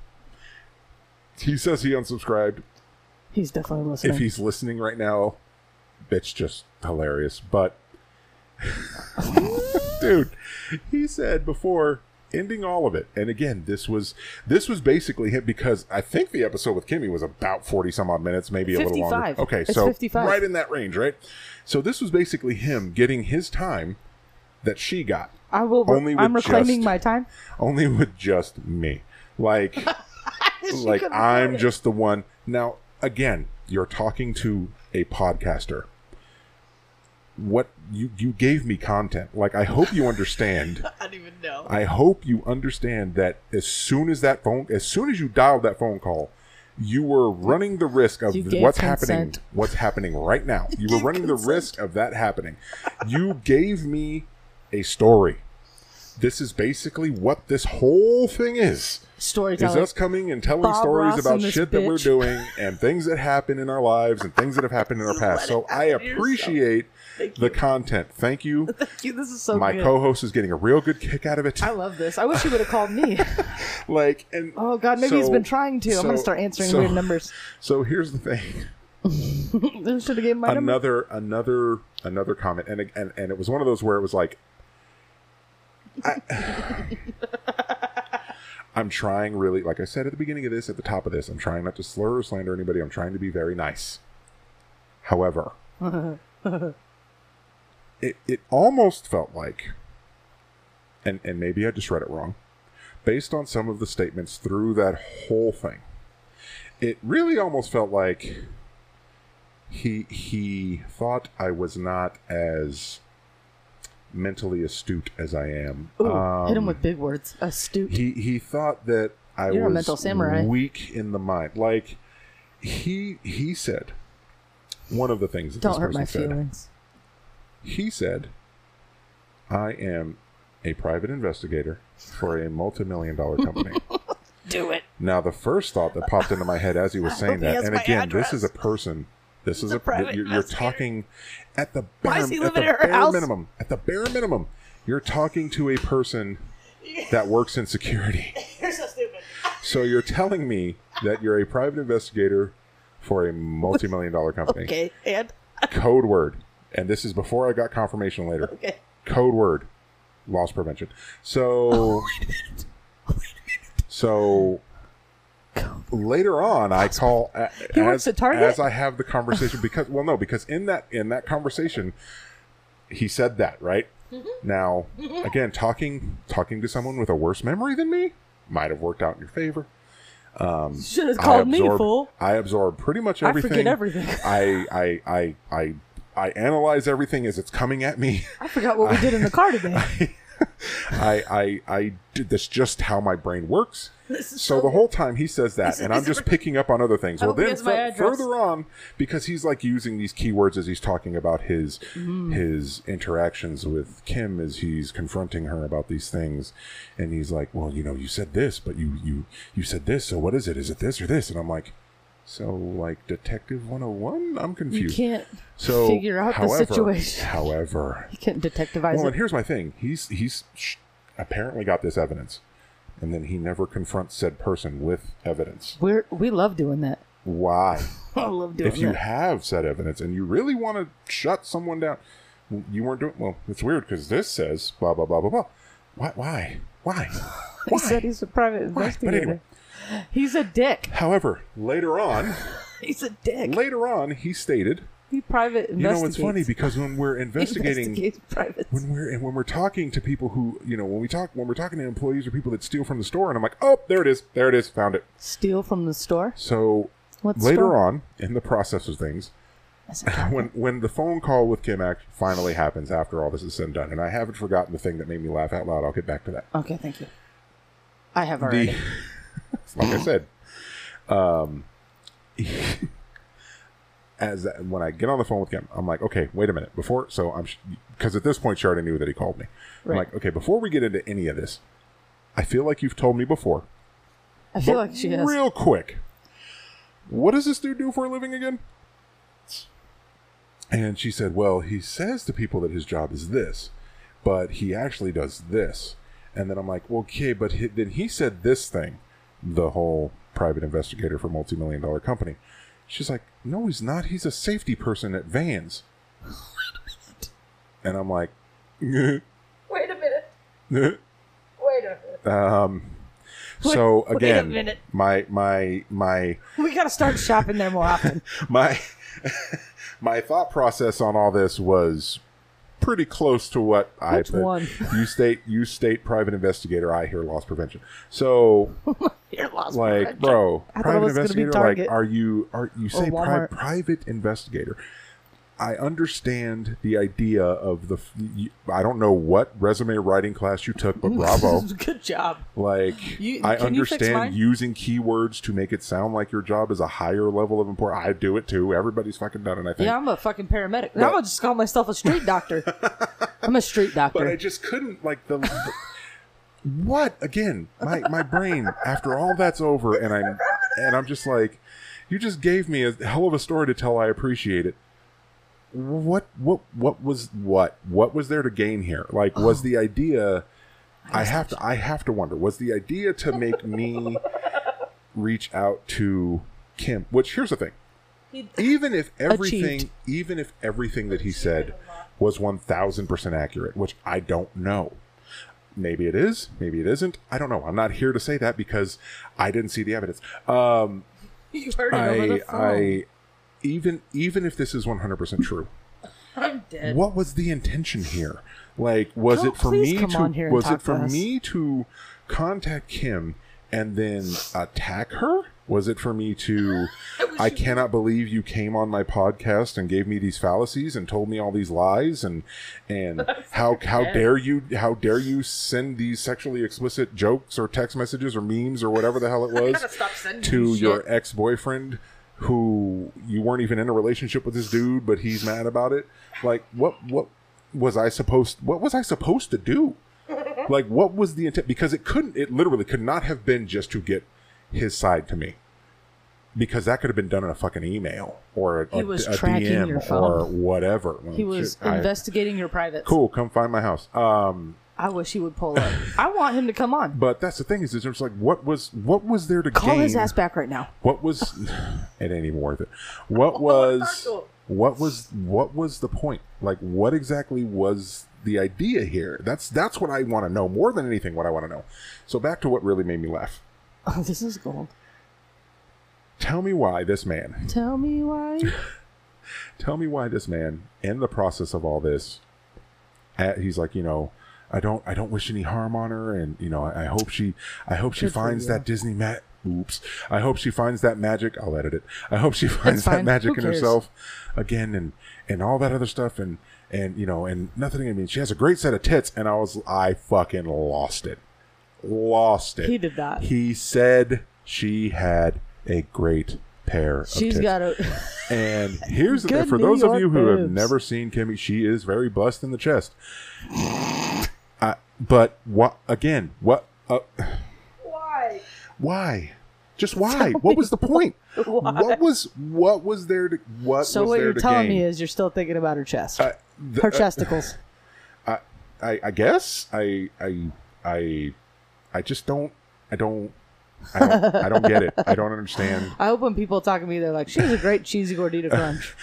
[SPEAKER 1] he says he unsubscribed.
[SPEAKER 2] he's definitely listening.
[SPEAKER 1] If he's listening right now, it's just hilarious. But dude, he said before ending all of it, and again, this was this was basically him because I think the episode with Kimmy was about forty some odd minutes, maybe a little longer.
[SPEAKER 2] 55.
[SPEAKER 1] Okay,
[SPEAKER 2] It's
[SPEAKER 1] so
[SPEAKER 2] 55.
[SPEAKER 1] right in that range, right? So this was basically him getting his time that she got
[SPEAKER 2] I will. Re-
[SPEAKER 1] only
[SPEAKER 2] I'm
[SPEAKER 1] with
[SPEAKER 2] reclaiming
[SPEAKER 1] just-
[SPEAKER 2] my time.
[SPEAKER 1] only with just me. Like, like
[SPEAKER 2] couldn't
[SPEAKER 1] I'm just the one. Now, again, you're talking to a podcaster. What you you gave me content. Like, I hope you understand.
[SPEAKER 2] I don't even know.
[SPEAKER 1] I hope you understand that as soon as that phone, as soon as you dialed that phone call, you were running the risk of
[SPEAKER 2] You gave
[SPEAKER 1] what's happening.
[SPEAKER 2] consent.
[SPEAKER 1] What's happening right now? You were running the risk of that happening. You gave me a story. This is basically what this whole thing is. Is
[SPEAKER 2] Storytelling.
[SPEAKER 1] us coming and telling
[SPEAKER 2] Bob
[SPEAKER 1] stories
[SPEAKER 2] Ross
[SPEAKER 1] about
[SPEAKER 2] and this
[SPEAKER 1] shit that we're
[SPEAKER 2] bitch.
[SPEAKER 1] doing and things that happen in our lives and things that have happened in our past. So I appreciate the content. Thank you.
[SPEAKER 2] Thank you. This is so
[SPEAKER 1] My
[SPEAKER 2] good.
[SPEAKER 1] co-host is getting a real good kick out of it.
[SPEAKER 2] I love this. I wish you would have called me.
[SPEAKER 1] Like and
[SPEAKER 2] Oh God, maybe he's
[SPEAKER 1] so-
[SPEAKER 2] been trying to. I'm gonna
[SPEAKER 1] so-
[SPEAKER 2] start answering
[SPEAKER 1] so-
[SPEAKER 2] weird numbers.
[SPEAKER 1] So here's the thing.
[SPEAKER 2] should have gave my number.
[SPEAKER 1] another another another comment and, and and it was one of those where it was like I, am trying really like i said at the beginning of this at the top of this i'm trying not to slur or slander anybody i'm trying to be very nice however it, it almost felt like and and maybe i just read it wrong based on some of the statements through that whole thing it really almost felt like he he thought I was not as mentally astute as I am.
[SPEAKER 2] Ooh, hit him
[SPEAKER 1] Um,
[SPEAKER 2] with big words. Astute.
[SPEAKER 1] he he thought that I
[SPEAKER 2] You're a
[SPEAKER 1] was
[SPEAKER 2] mental samurai.
[SPEAKER 1] weak in the mind. Like he he said one of the things that
[SPEAKER 2] Don't
[SPEAKER 1] this
[SPEAKER 2] hurt
[SPEAKER 1] person
[SPEAKER 2] my
[SPEAKER 1] said.
[SPEAKER 2] feelings.
[SPEAKER 1] He said, "I am a private investigator for a multi-million dollar company."
[SPEAKER 2] Do it.
[SPEAKER 1] Now, the first thought that popped into my head as he was saying
[SPEAKER 2] hope he
[SPEAKER 1] that,
[SPEAKER 2] has
[SPEAKER 1] and
[SPEAKER 2] my
[SPEAKER 1] again,
[SPEAKER 2] address.
[SPEAKER 1] this is a person. This is a,
[SPEAKER 2] private
[SPEAKER 1] you're, you're
[SPEAKER 2] investigator.
[SPEAKER 1] talking at the
[SPEAKER 2] Why
[SPEAKER 1] bare,
[SPEAKER 2] is he
[SPEAKER 1] at the
[SPEAKER 2] living at her
[SPEAKER 1] bare
[SPEAKER 2] house?
[SPEAKER 1] minimum. At the bare minimum, you're talking to a person that works in security.
[SPEAKER 2] You're so stupid.
[SPEAKER 1] So you're telling me that you're a private investigator for a multi-million dollar company.
[SPEAKER 2] Okay, and
[SPEAKER 1] Code word, and this is before I got confirmation later.
[SPEAKER 2] okay.
[SPEAKER 1] Code word, loss prevention. So, so later on, I call a-
[SPEAKER 2] He
[SPEAKER 1] as,
[SPEAKER 2] works at Target?
[SPEAKER 1] as I have the conversation because well, no, because in that in that conversation, he said that right.
[SPEAKER 2] Mm-hmm.
[SPEAKER 1] Now, again, talking talking to someone with a worse memory than me might have worked out in your favor.
[SPEAKER 2] Should have
[SPEAKER 1] I
[SPEAKER 2] called me
[SPEAKER 1] absorb-
[SPEAKER 2] fool.
[SPEAKER 1] I absorb pretty much
[SPEAKER 2] I
[SPEAKER 1] everything.
[SPEAKER 2] forget everything.
[SPEAKER 1] I I I I I analyze everything as it's coming at me.
[SPEAKER 2] I forgot what we did in the car today.
[SPEAKER 1] I I I did this just how my brain works. So the whole time he says that, and I'm just picking up on other things. Well,
[SPEAKER 4] hope he
[SPEAKER 1] then
[SPEAKER 4] has my
[SPEAKER 1] fu-
[SPEAKER 4] address.
[SPEAKER 1] further on, because he's like using these keywords as he's talking about his his interactions with Kim as he's confronting her about these things, and he's like, "Well, you know, you said this, but you you you said this. So what is it? Is it this or this?" And I'm like, "So like Detective 101? I'm
[SPEAKER 2] You
[SPEAKER 1] confused."
[SPEAKER 2] can't
[SPEAKER 1] so
[SPEAKER 2] figure out
[SPEAKER 1] however-
[SPEAKER 2] the situation.
[SPEAKER 1] However,
[SPEAKER 2] You can't detectivize
[SPEAKER 1] well,
[SPEAKER 2] it.
[SPEAKER 1] and here's my thing. He's he's sh- apparently got this evidence, and then he never confronts said person with evidence.
[SPEAKER 2] We're, we love doing that.
[SPEAKER 1] Why?
[SPEAKER 2] I love doing
[SPEAKER 1] if you
[SPEAKER 2] that.
[SPEAKER 1] have said evidence and you really want to shut someone down, you weren't doing well. It's weird because this says blah blah blah blah blah. Why? Why? Why?
[SPEAKER 4] He said he's a private
[SPEAKER 1] Why? But
[SPEAKER 4] investigator.
[SPEAKER 1] anyway,
[SPEAKER 2] He's a dick.
[SPEAKER 1] however, later on,
[SPEAKER 2] He's a dick.
[SPEAKER 1] later on, he stated,
[SPEAKER 4] He private
[SPEAKER 1] "You know, it's
[SPEAKER 4] investigates.
[SPEAKER 1] funny because when we're investigating."
[SPEAKER 2] Investigates privates.
[SPEAKER 1] when we're and when we're talking to people who you know when we talk when we're talking to employees or people that steal from the store and i'm like oh there it is there it is found it
[SPEAKER 2] Steal from the store.
[SPEAKER 1] so
[SPEAKER 2] What
[SPEAKER 1] later
[SPEAKER 2] store?
[SPEAKER 1] on in the process of things
[SPEAKER 2] on,
[SPEAKER 1] when when the phone call with kim act finally happens after all this is said and done and i haven't forgotten the thing that made me laugh out loud i'll get back to that
[SPEAKER 2] Okay, thank you. I have already.
[SPEAKER 1] the, like i said um as when i get on the phone with kim i'm like okay wait a minute before so i'm because at this point she already knew that he called me i'm
[SPEAKER 2] Right.
[SPEAKER 1] like okay before we get into any of this i feel like you've told me before
[SPEAKER 2] I feel
[SPEAKER 1] but
[SPEAKER 2] like she has.
[SPEAKER 1] real quick what does this dude do for a living again and she said well he says to people that his job is this but he actually does this and then i'm like okay but he, then he said this thing the whole private investigator for multi-million dollar company she's like no he's not he's a safety person at vans and i'm like
[SPEAKER 4] Wait a minute. Wait a minute.
[SPEAKER 1] um, so
[SPEAKER 4] Wait- wait a
[SPEAKER 1] again
[SPEAKER 4] minute.
[SPEAKER 1] my my my
[SPEAKER 4] We gotta start shopping there more often.
[SPEAKER 1] my my thought process on all this was pretty close to what I
[SPEAKER 4] Which
[SPEAKER 1] put.
[SPEAKER 4] one?
[SPEAKER 1] You state you state private investigator. I hear loss prevention. So
[SPEAKER 2] You're lost
[SPEAKER 1] like, bro,
[SPEAKER 2] I thought it
[SPEAKER 1] private
[SPEAKER 2] was gonna be
[SPEAKER 1] investigator.
[SPEAKER 2] Target.
[SPEAKER 1] Like, are you are you say pri-
[SPEAKER 2] Walmart.
[SPEAKER 1] private investigator? I understand the idea of the. f- you- I don't know what resume writing class you took, but bravo.
[SPEAKER 4] Good job.
[SPEAKER 1] Like
[SPEAKER 4] You-
[SPEAKER 1] I
[SPEAKER 4] can you fix mine?
[SPEAKER 1] understand using keywords to make it sound like your job is a higher level of importance. I do it too. Everybody's fucking done it. I think.
[SPEAKER 4] Yeah, I'm a fucking paramedic. Now I'm gonna just call myself a street doctor.
[SPEAKER 2] I'm a street
[SPEAKER 1] But I
[SPEAKER 2] doctor.
[SPEAKER 1] just couldn't like the. what again? My my brain after all that's over and I'm and I'm just like, you just gave me a hell of a story to tell. I appreciate it. What what what was what what was there to gain here? Like
[SPEAKER 4] Oh.
[SPEAKER 1] was the idea? I have to I have to wonder was the idea to make me reach out to Kim? Which here's the thing. even if everything, even if everything that he said was one thousand percent accurate, which I don't know. Maybe it is, maybe it isn't. I don't know. I'm not here to say that because I didn't see the evidence. Um,
[SPEAKER 4] You heard it over
[SPEAKER 1] I,
[SPEAKER 4] the phone.
[SPEAKER 1] I, even even if this is 100 percent true,
[SPEAKER 4] I'm dead.
[SPEAKER 1] what was the intention here? Like, was
[SPEAKER 2] Oh,
[SPEAKER 1] it for
[SPEAKER 2] please
[SPEAKER 1] me
[SPEAKER 2] come
[SPEAKER 1] to
[SPEAKER 2] on here and
[SPEAKER 1] was
[SPEAKER 2] talk
[SPEAKER 1] it for
[SPEAKER 2] to us.
[SPEAKER 1] me to contact Kim and then attack her? Was it for me to? I cannot believe you came on my podcast and gave me these fallacies and told me all these lies and and how how dare you how dare you send these sexually explicit jokes or text messages or memes or whatever the hell it was to your ex boyfriend who you weren't even in a relationship with this dude, but he's mad about it. Like, what what was I supposed what was I supposed to do? Like, what was the intent? Because it couldn't it literally could not have been just to get his side to me. Because that could have been done in a fucking email or a,
[SPEAKER 2] He was
[SPEAKER 1] a
[SPEAKER 2] tracking
[SPEAKER 1] DM
[SPEAKER 2] your
[SPEAKER 1] or
[SPEAKER 2] phone.
[SPEAKER 1] whatever.
[SPEAKER 2] He was
[SPEAKER 1] I-
[SPEAKER 2] investigating your privates.
[SPEAKER 1] cool. Come find my house. Um,
[SPEAKER 2] I wish he would pull up. I want him to come on.
[SPEAKER 1] but that's the thing is, it's just like what was what was there to
[SPEAKER 2] Call
[SPEAKER 1] gain?
[SPEAKER 2] his ass back right now.
[SPEAKER 1] what was it ain't even worth it what was what was what was the point like what exactly was the idea here that's that's what i want to know more than anything what i want to know so back to what really made me laugh
[SPEAKER 2] Oh, this is gold.
[SPEAKER 1] tell me why this man
[SPEAKER 2] Tell me why.
[SPEAKER 1] tell me why this man in the process of all this at, he's like you know i don't i don't wish any harm on her and you know i, I hope she i hope she
[SPEAKER 2] Good for
[SPEAKER 1] finds
[SPEAKER 2] you.
[SPEAKER 1] that disney ma oops i hope she finds that magic i'll edit it i hope she finds that
[SPEAKER 2] fine.
[SPEAKER 1] magic
[SPEAKER 2] Who
[SPEAKER 1] in
[SPEAKER 2] cares?
[SPEAKER 1] herself again and and all that other stuff and and you know and nothing i mean she has a great set of tits and i was i fucking lost it lost it
[SPEAKER 2] He did that.
[SPEAKER 1] he said she had a great pair of
[SPEAKER 2] She's
[SPEAKER 1] tits.
[SPEAKER 2] got a.
[SPEAKER 1] And here's the thing
[SPEAKER 2] Good
[SPEAKER 1] for
[SPEAKER 2] New
[SPEAKER 1] those of
[SPEAKER 2] York
[SPEAKER 1] you who have
[SPEAKER 2] boobs.
[SPEAKER 1] never seen Kimmy, she is very blessed in the chest. I, but what again? What? Uh,
[SPEAKER 4] Why?
[SPEAKER 1] why? Just why? what was the point? What was what was there to what?
[SPEAKER 2] So
[SPEAKER 1] was
[SPEAKER 2] what
[SPEAKER 1] there
[SPEAKER 2] you're
[SPEAKER 1] to
[SPEAKER 2] telling
[SPEAKER 1] gain?
[SPEAKER 2] me is you're still thinking about her chest,
[SPEAKER 1] Uh, the-
[SPEAKER 2] her
[SPEAKER 1] uh,
[SPEAKER 2] chesticles.
[SPEAKER 1] I, I guess I I I I just don't I don't I don't, I don't get it. I don't understand.
[SPEAKER 2] I hope when people talk to me, they're like, "She has a great cheesy gordita crunch."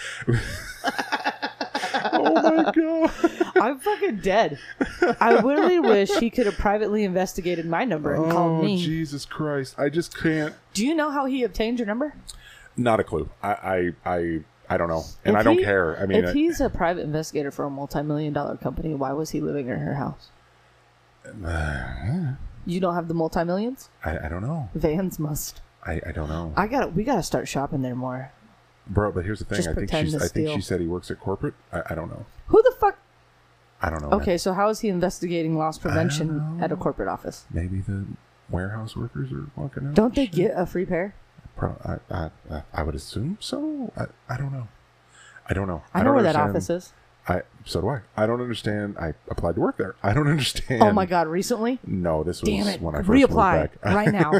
[SPEAKER 1] Oh my god!
[SPEAKER 2] I'm fucking dead. I really wish he could have privately investigated my number and
[SPEAKER 1] Oh
[SPEAKER 2] called me.
[SPEAKER 1] Jesus Christ! I just can't.
[SPEAKER 2] Do you know how he obtained your number?
[SPEAKER 1] Not a clue. I I I, I don't know, and
[SPEAKER 2] If
[SPEAKER 1] I don't
[SPEAKER 2] he-
[SPEAKER 1] care. I mean, uh,
[SPEAKER 2] if
[SPEAKER 1] I-
[SPEAKER 2] he's a private investigator for a multi-million dollar company, why was he living in her house? You don't have the multi-millions?
[SPEAKER 1] I, I don't know.
[SPEAKER 2] Vans must.
[SPEAKER 1] I, I don't know,
[SPEAKER 2] I got. to We got to start shopping there more.
[SPEAKER 1] bro. But here's the thing.
[SPEAKER 2] Just
[SPEAKER 1] I think
[SPEAKER 2] pretend
[SPEAKER 1] she's.
[SPEAKER 2] to
[SPEAKER 1] I think she
[SPEAKER 2] steal.
[SPEAKER 1] said he works at corporate. I, I don't know.
[SPEAKER 2] Who the fuck?
[SPEAKER 1] I don't know. man.
[SPEAKER 2] Okay, so how is he investigating loss prevention at a corporate office?
[SPEAKER 1] Maybe the warehouse workers are walking out.
[SPEAKER 2] Don't they
[SPEAKER 1] and shit.
[SPEAKER 2] get a free pair?
[SPEAKER 1] Pro- I, I, I, I would assume so. I, I don't know. I don't know.
[SPEAKER 2] I know
[SPEAKER 1] don't
[SPEAKER 2] where that
[SPEAKER 1] understand-
[SPEAKER 2] office is.
[SPEAKER 1] I so do I. I don't understand. I applied to work there. I don't understand.
[SPEAKER 2] Oh my god! Recently?
[SPEAKER 1] No, this was
[SPEAKER 2] Damn it!
[SPEAKER 1] when I first moved
[SPEAKER 2] Reapply
[SPEAKER 1] back.
[SPEAKER 2] right now,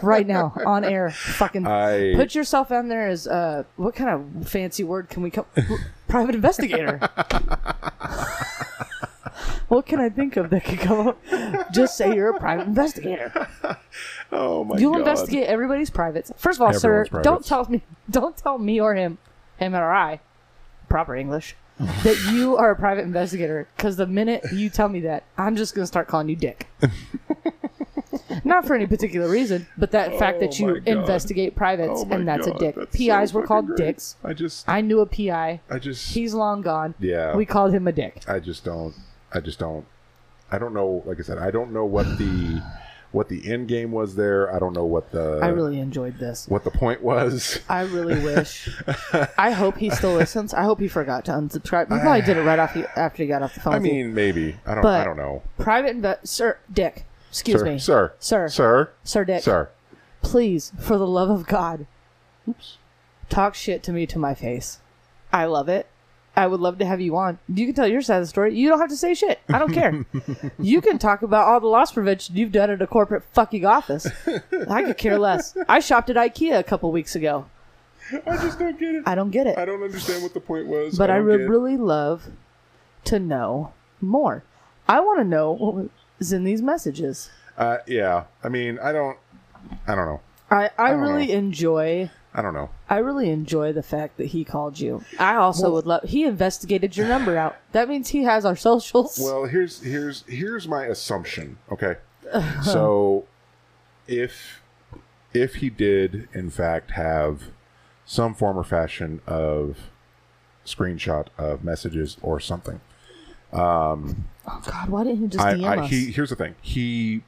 [SPEAKER 2] right now on air. Fucking
[SPEAKER 1] I-
[SPEAKER 2] put yourself on there as uh, what kind of fancy word can we come? private investigator. what can I think of that could come up? Just say you're a private investigator.
[SPEAKER 1] Oh my
[SPEAKER 2] You'll
[SPEAKER 1] god.
[SPEAKER 2] investigate everybody's privates. First of all,
[SPEAKER 1] Everyone's
[SPEAKER 2] sir, don't
[SPEAKER 1] privates.
[SPEAKER 2] tell me, don't tell me or him, him or I, proper English, that you are a private investigator. Because the minute you tell me that, I'm just gonna start calling you Dick. Not for any particular reason, but that fact that
[SPEAKER 1] Oh
[SPEAKER 2] you
[SPEAKER 1] my God.
[SPEAKER 2] investigate privates
[SPEAKER 1] Oh my
[SPEAKER 2] and that's
[SPEAKER 1] God,
[SPEAKER 2] a dick.
[SPEAKER 1] that's so
[SPEAKER 2] PIs were
[SPEAKER 1] fucking
[SPEAKER 2] called
[SPEAKER 1] great.
[SPEAKER 2] dicks.
[SPEAKER 1] I just.
[SPEAKER 2] I knew a PI.
[SPEAKER 1] I just.
[SPEAKER 2] He's long gone.
[SPEAKER 1] Yeah.
[SPEAKER 2] We called him a dick.
[SPEAKER 1] I just don't. I just don't. I don't know. Like I said, I don't know what the what the end game was there. I don't know what the
[SPEAKER 2] I really enjoyed this.
[SPEAKER 1] what the point was.
[SPEAKER 2] I really wish. I hope he still listens. I hope he forgot to unsubscribe. He probably did it right off he, after he got off the phone.
[SPEAKER 1] I
[SPEAKER 2] with you.
[SPEAKER 1] mean, maybe. I don't. I
[SPEAKER 2] But-
[SPEAKER 1] don't know.
[SPEAKER 2] private inve- sir Dick. Excuse
[SPEAKER 1] sir,
[SPEAKER 2] me,
[SPEAKER 1] sir,
[SPEAKER 2] Sir.
[SPEAKER 1] sir,
[SPEAKER 2] Sir Dick.
[SPEAKER 1] sir.
[SPEAKER 2] Please, for the love of God, talk shit to me to my face. I love it. I would love to have you on. You can tell your side of the story. You don't have to say shit. I don't care. you can talk about all the loss prevention you've done at a corporate fucking office. I could care less. I shopped at IKEA a couple weeks ago.
[SPEAKER 1] I just don't get it.
[SPEAKER 2] I don't get it.
[SPEAKER 1] I don't understand what the point was.
[SPEAKER 2] but I
[SPEAKER 1] don't
[SPEAKER 2] would
[SPEAKER 1] get-
[SPEAKER 2] really love to know more. I want to know what was in these messages.
[SPEAKER 1] Uh, yeah. I mean, I don't. I don't know.
[SPEAKER 2] I, I
[SPEAKER 1] don't
[SPEAKER 2] really enjoy
[SPEAKER 1] I don't know.
[SPEAKER 2] I really enjoy the fact that he called you. I also would love. He investigated your number out. That means he has our socials.
[SPEAKER 1] Well, here's here's here's my assumption. Okay, so if if he did in fact have some form or fashion of screenshot of messages or something,
[SPEAKER 2] oh God, why didn't he just DM
[SPEAKER 1] I, I
[SPEAKER 2] us?
[SPEAKER 1] he here's the thing. He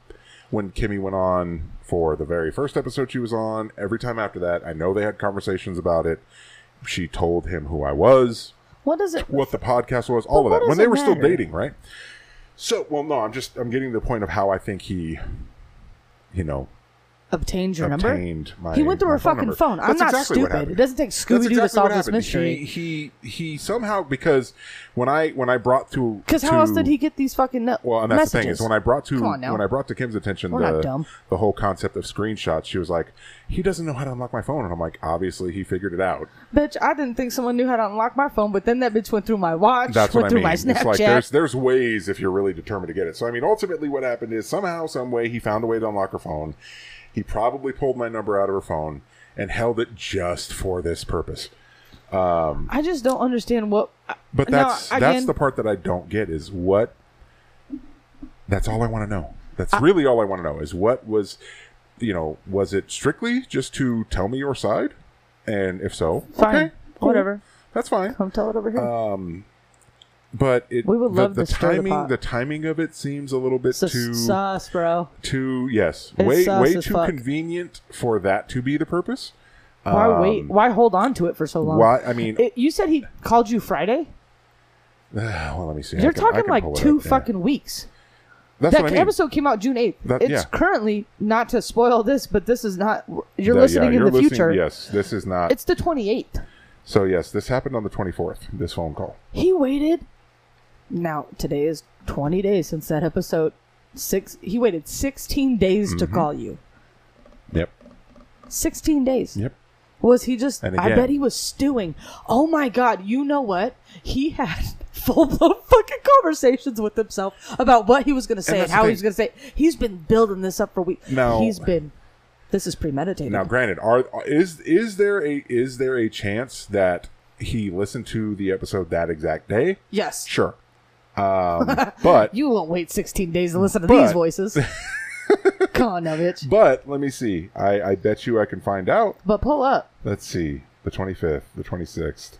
[SPEAKER 1] when Kimmy went on for the very first episode she was on, every time after that, I know they had conversations about it. She told him who I was,
[SPEAKER 2] what does it?
[SPEAKER 1] what the podcast was, all of
[SPEAKER 2] what
[SPEAKER 1] that. When
[SPEAKER 2] does
[SPEAKER 1] they
[SPEAKER 2] it
[SPEAKER 1] were still
[SPEAKER 2] matter?
[SPEAKER 1] dating, right? So, well, no, I'm just I'm getting to the point of how I think he, you know,
[SPEAKER 2] Obtained your number.
[SPEAKER 1] obtained my.
[SPEAKER 2] He went through
[SPEAKER 1] my
[SPEAKER 2] her fucking
[SPEAKER 1] number.
[SPEAKER 2] phone. I'm
[SPEAKER 1] That's
[SPEAKER 2] not
[SPEAKER 1] exactly what
[SPEAKER 2] stupid.
[SPEAKER 1] happened.
[SPEAKER 2] It doesn't take
[SPEAKER 1] That's
[SPEAKER 2] Scooby-Doo to
[SPEAKER 1] exactly
[SPEAKER 2] solve
[SPEAKER 1] what
[SPEAKER 2] this
[SPEAKER 1] happened.
[SPEAKER 2] mystery.
[SPEAKER 1] He, he he somehow because when I when I brought to
[SPEAKER 2] Because how
[SPEAKER 1] to-
[SPEAKER 2] else did he get these fucking no-
[SPEAKER 1] well, and that's
[SPEAKER 2] messages?
[SPEAKER 1] the thing is when I brought to
[SPEAKER 2] Come on now.
[SPEAKER 1] when I brought to Kim's attention
[SPEAKER 2] We're not
[SPEAKER 1] the,
[SPEAKER 2] dumb.
[SPEAKER 1] the whole concept of screenshots, she was like, "He doesn't know how to unlock my phone," and I'm like, "Obviously, he figured it out."
[SPEAKER 2] bitch, I didn't think someone knew how to unlock my phone, but then that bitch went through my watch,
[SPEAKER 1] That's
[SPEAKER 2] went
[SPEAKER 1] what I
[SPEAKER 2] through
[SPEAKER 1] mean.
[SPEAKER 2] my
[SPEAKER 1] It's
[SPEAKER 2] Snapchat.
[SPEAKER 1] like there's there's ways if you're really determined to get it. So I mean, ultimately, what happened is somehow, some way, he found a way to unlock her phone. He probably pulled my number out of her phone and held it just for this purpose.
[SPEAKER 2] I just don't understand what.
[SPEAKER 1] But
[SPEAKER 2] No,
[SPEAKER 1] that's that's
[SPEAKER 2] again-
[SPEAKER 1] the part that I don't get is what. That's all I want to know. That's really all I want to know is what was, you know, was it strictly just to tell me your side, and if so,
[SPEAKER 2] Fine,
[SPEAKER 1] okay, cool. Uh,
[SPEAKER 2] whatever.
[SPEAKER 1] that's fine.
[SPEAKER 2] Come tell it over here.
[SPEAKER 1] But it
[SPEAKER 2] We would
[SPEAKER 1] the,
[SPEAKER 2] love
[SPEAKER 1] the
[SPEAKER 2] to stir the
[SPEAKER 1] timing.
[SPEAKER 2] pot.
[SPEAKER 1] The, timing of it seems a little bit
[SPEAKER 2] Sus-
[SPEAKER 1] too
[SPEAKER 2] sus, bro.
[SPEAKER 1] too yes,
[SPEAKER 2] It's
[SPEAKER 1] way
[SPEAKER 2] sus
[SPEAKER 1] way
[SPEAKER 2] as
[SPEAKER 1] too
[SPEAKER 2] fuck.
[SPEAKER 1] convenient for that to be the purpose.
[SPEAKER 2] Why wait? Why hold on to it for so long?
[SPEAKER 1] um, Why? I mean,
[SPEAKER 2] It, you said he called you Friday.
[SPEAKER 1] well, let me see. I
[SPEAKER 2] You're
[SPEAKER 1] can- I
[SPEAKER 2] talking
[SPEAKER 1] can pull
[SPEAKER 2] like
[SPEAKER 1] it
[SPEAKER 2] two
[SPEAKER 1] up, yeah.
[SPEAKER 2] fucking weeks.
[SPEAKER 1] That's
[SPEAKER 2] that
[SPEAKER 1] what I mean.
[SPEAKER 2] episode came out June 8th.
[SPEAKER 1] That-
[SPEAKER 2] it's
[SPEAKER 1] yeah.
[SPEAKER 2] currently not to spoil this, but this is not. You're
[SPEAKER 1] That-
[SPEAKER 2] listening
[SPEAKER 1] yeah,
[SPEAKER 2] in
[SPEAKER 1] you're
[SPEAKER 2] the
[SPEAKER 1] listening-
[SPEAKER 2] future.
[SPEAKER 1] Yes, this is not.
[SPEAKER 2] It's the 28th.
[SPEAKER 1] So yes, this happened on the 24th. This phone call.
[SPEAKER 2] He waited. Now today is 20 days since that episode. Six. He waited 16 days
[SPEAKER 1] Mm-hmm.
[SPEAKER 2] to call you.
[SPEAKER 1] Yep.
[SPEAKER 2] 16 days.
[SPEAKER 1] Yep.
[SPEAKER 2] Was he just?
[SPEAKER 1] And
[SPEAKER 2] I
[SPEAKER 1] again-
[SPEAKER 2] bet he was stewing. Oh my God! You know what? He had full blown fucking conversations with himself about what he was going to say and,
[SPEAKER 1] that's the
[SPEAKER 2] how he
[SPEAKER 1] thing.
[SPEAKER 2] was going to say. it. He's been building this up for weeks.
[SPEAKER 1] Now-
[SPEAKER 2] he's been. This is premeditated.
[SPEAKER 1] Now, granted, are is is there a is there a chance that he listened to the episode that exact day?
[SPEAKER 2] yes,
[SPEAKER 1] Sure. Um, but
[SPEAKER 2] you won't wait 16 days to listen to
[SPEAKER 1] But-
[SPEAKER 2] these voices. Come on, now, bitch.
[SPEAKER 1] but let me see. I I bet you I can find out.
[SPEAKER 2] But pull up.
[SPEAKER 1] Let's see. The 25th, the 26th.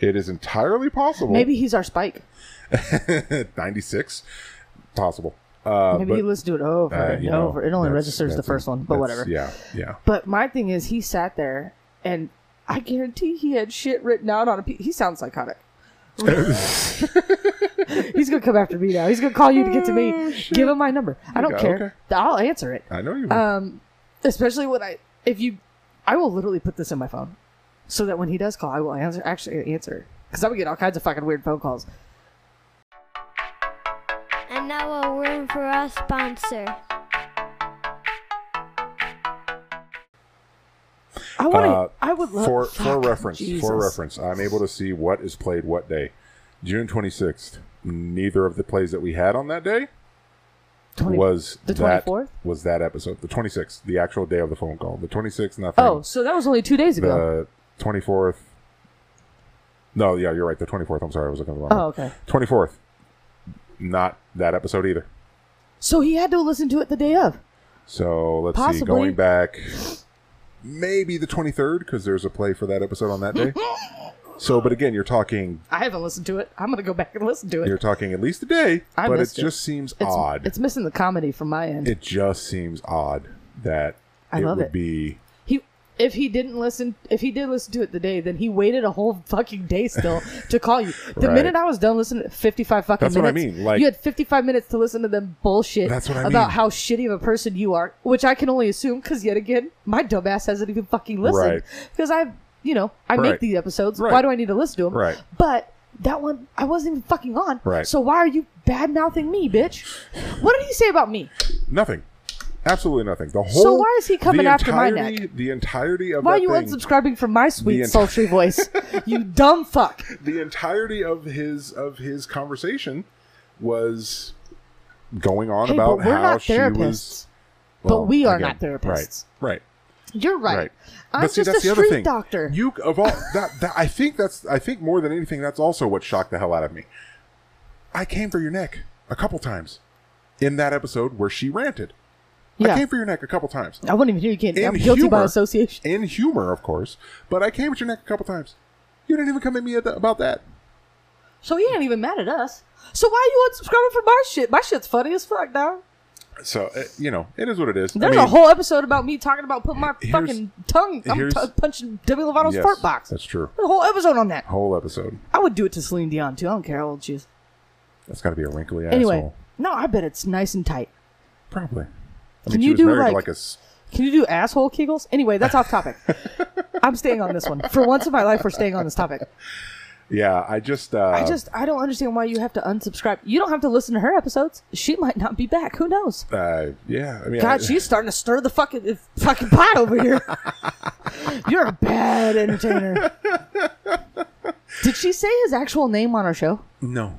[SPEAKER 1] It is entirely possible.
[SPEAKER 2] Maybe he's our Spike.
[SPEAKER 1] 96 possible. Uh,
[SPEAKER 2] Maybe
[SPEAKER 1] but,
[SPEAKER 2] he listened to it over
[SPEAKER 1] uh,
[SPEAKER 2] and
[SPEAKER 1] you know,
[SPEAKER 2] over. It only
[SPEAKER 1] that's-
[SPEAKER 2] registers the
[SPEAKER 1] that's a-
[SPEAKER 2] first one, but
[SPEAKER 1] that's-
[SPEAKER 2] whatever.
[SPEAKER 1] Yeah, yeah.
[SPEAKER 2] But my thing is, he sat there and I guarantee he had shit written out on a. Pe- he sounds psychotic. He's gonna come after me now. He's gonna call you to get to me.
[SPEAKER 1] Oh,
[SPEAKER 2] Give him my number. I don't
[SPEAKER 1] Okay,
[SPEAKER 2] care.
[SPEAKER 1] okay.
[SPEAKER 2] I'll answer it.
[SPEAKER 1] I know you.
[SPEAKER 2] Um, especially when I, if you, I will literally put this in my phone, so that when he does call, I will answer. Actually, answer because I would get all kinds of fucking weird phone calls.
[SPEAKER 5] And now a word for our sponsor.
[SPEAKER 2] I want to.
[SPEAKER 1] Uh,
[SPEAKER 2] I would love
[SPEAKER 1] for
[SPEAKER 2] fuck,
[SPEAKER 1] for reference
[SPEAKER 2] Jesus.
[SPEAKER 1] for reference i'm able to see what is played what day june 26th neither of the plays that we had on that day
[SPEAKER 2] 20
[SPEAKER 1] was
[SPEAKER 2] the
[SPEAKER 1] that
[SPEAKER 2] 24th?
[SPEAKER 1] was that episode the 26th the actual day of the phone call the 26th nothing
[SPEAKER 2] Oh, so that was only two days ago.
[SPEAKER 1] the 24th no yeah you're right the 24th i'm sorry i was looking at the wrong
[SPEAKER 2] Oh,
[SPEAKER 1] one.
[SPEAKER 2] okay.
[SPEAKER 1] 24th not that episode either
[SPEAKER 2] So he had to listen to it the day of.
[SPEAKER 1] so let's see
[SPEAKER 2] Possibly.
[SPEAKER 1] going back maybe the 23rd because there's a play for that episode on that day so but again you're talking
[SPEAKER 2] I haven't listened to it. I'm gonna go back and listen to it.
[SPEAKER 1] You're talking at least a day,
[SPEAKER 2] I
[SPEAKER 1] but it
[SPEAKER 2] missed it.
[SPEAKER 1] just seems
[SPEAKER 2] it's,
[SPEAKER 1] odd.
[SPEAKER 2] It's missing the comedy from my end.
[SPEAKER 1] it just seems odd that
[SPEAKER 2] I
[SPEAKER 1] it
[SPEAKER 2] love
[SPEAKER 1] would
[SPEAKER 2] it.
[SPEAKER 1] be.
[SPEAKER 2] he if he didn't listen if he did listen to it the day, then he waited a whole fucking day still to call you. The
[SPEAKER 1] Right.
[SPEAKER 2] minute I was done listening, fifty five fucking
[SPEAKER 1] That's what I
[SPEAKER 2] minutes.
[SPEAKER 1] mean, like-
[SPEAKER 2] you had fifty five minutes to listen to them bullshit
[SPEAKER 1] That's what I
[SPEAKER 2] about
[SPEAKER 1] mean.
[SPEAKER 2] how shitty of a person you are, which I can only assume because yet again, my dumbass hasn't even fucking listened
[SPEAKER 1] Right.
[SPEAKER 2] because I've you know I
[SPEAKER 1] Right.
[SPEAKER 2] make these episodes.
[SPEAKER 1] Right.
[SPEAKER 2] Why do I need to listen to them?
[SPEAKER 1] Right.
[SPEAKER 2] But that one I wasn't even fucking on.
[SPEAKER 1] Right.
[SPEAKER 2] So why are you bad mouthing me, bitch? What did he say about me?
[SPEAKER 1] Nothing. Absolutely nothing. The whole.
[SPEAKER 2] So why is he coming
[SPEAKER 1] the
[SPEAKER 2] after my
[SPEAKER 1] entirety, The entirety of
[SPEAKER 2] Why are
[SPEAKER 1] that
[SPEAKER 2] you
[SPEAKER 1] thing,
[SPEAKER 2] unsubscribing from my sweet
[SPEAKER 1] enti-
[SPEAKER 2] sultry voice? you dumb fuck.
[SPEAKER 1] the entirety of his of his conversation was going on
[SPEAKER 2] Hey,
[SPEAKER 1] about
[SPEAKER 2] but we're
[SPEAKER 1] how
[SPEAKER 2] not
[SPEAKER 1] she was.
[SPEAKER 2] therapists. But
[SPEAKER 1] well,
[SPEAKER 2] we are
[SPEAKER 1] again,
[SPEAKER 2] not therapists.
[SPEAKER 1] Right. Right.
[SPEAKER 2] You're right.
[SPEAKER 1] Right.
[SPEAKER 2] I'm
[SPEAKER 1] but see,
[SPEAKER 2] just
[SPEAKER 1] that's
[SPEAKER 2] a
[SPEAKER 1] the other
[SPEAKER 2] street
[SPEAKER 1] thing.
[SPEAKER 2] doctor.
[SPEAKER 1] You of all that, that I think that's I think more than anything that's also what shocked the hell out of me. I came for your neck a couple times in that episode where she ranted. I
[SPEAKER 2] yeah.
[SPEAKER 1] came for your neck a couple times.
[SPEAKER 2] I, wouldn't even hear you can't.
[SPEAKER 1] In
[SPEAKER 2] I'm guilty by
[SPEAKER 1] humor-
[SPEAKER 2] association.
[SPEAKER 1] In humor, of course, but I came at your neck a couple times. You didn't even come at me at the- about that.
[SPEAKER 2] So he ain't even mad at us. So why you unsubscribing from my shit? My shit's funny as fuck, dog.
[SPEAKER 1] So uh, you know, it is what it is.
[SPEAKER 2] There's a whole episode about me talking about putting my
[SPEAKER 1] Here's-
[SPEAKER 2] fucking tongue. I'm
[SPEAKER 1] here's-
[SPEAKER 2] t- punching Debbie Lovato's
[SPEAKER 1] yes,
[SPEAKER 2] fart box.
[SPEAKER 1] That's true.
[SPEAKER 2] There's a whole episode on that.
[SPEAKER 1] Whole episode.
[SPEAKER 2] I would do it to Celine Dion too. I don't care how old she is.
[SPEAKER 1] That's got to be a wrinkly
[SPEAKER 2] Anyway,
[SPEAKER 1] asshole.
[SPEAKER 2] no, I bet it's nice and tight.
[SPEAKER 1] Probably. I
[SPEAKER 2] Can
[SPEAKER 1] mean,
[SPEAKER 2] you
[SPEAKER 1] she was
[SPEAKER 2] do,
[SPEAKER 1] married
[SPEAKER 2] like-
[SPEAKER 1] to like a s-
[SPEAKER 2] Can you do asshole kegels? Anyway, that's off topic. I'm staying on this one. For once in my life, we're staying on this topic.
[SPEAKER 1] yeah. I just uh,
[SPEAKER 2] I just I don't understand why you have to unsubscribe. You don't have to listen to her episodes. She might not be back. Who knows?
[SPEAKER 1] uh, yeah. I mean,
[SPEAKER 2] God,
[SPEAKER 1] I-
[SPEAKER 2] she's starting to stir the fucking fucking pot over here. You're a bad entertainer. Did she say his actual name on our show?
[SPEAKER 1] no,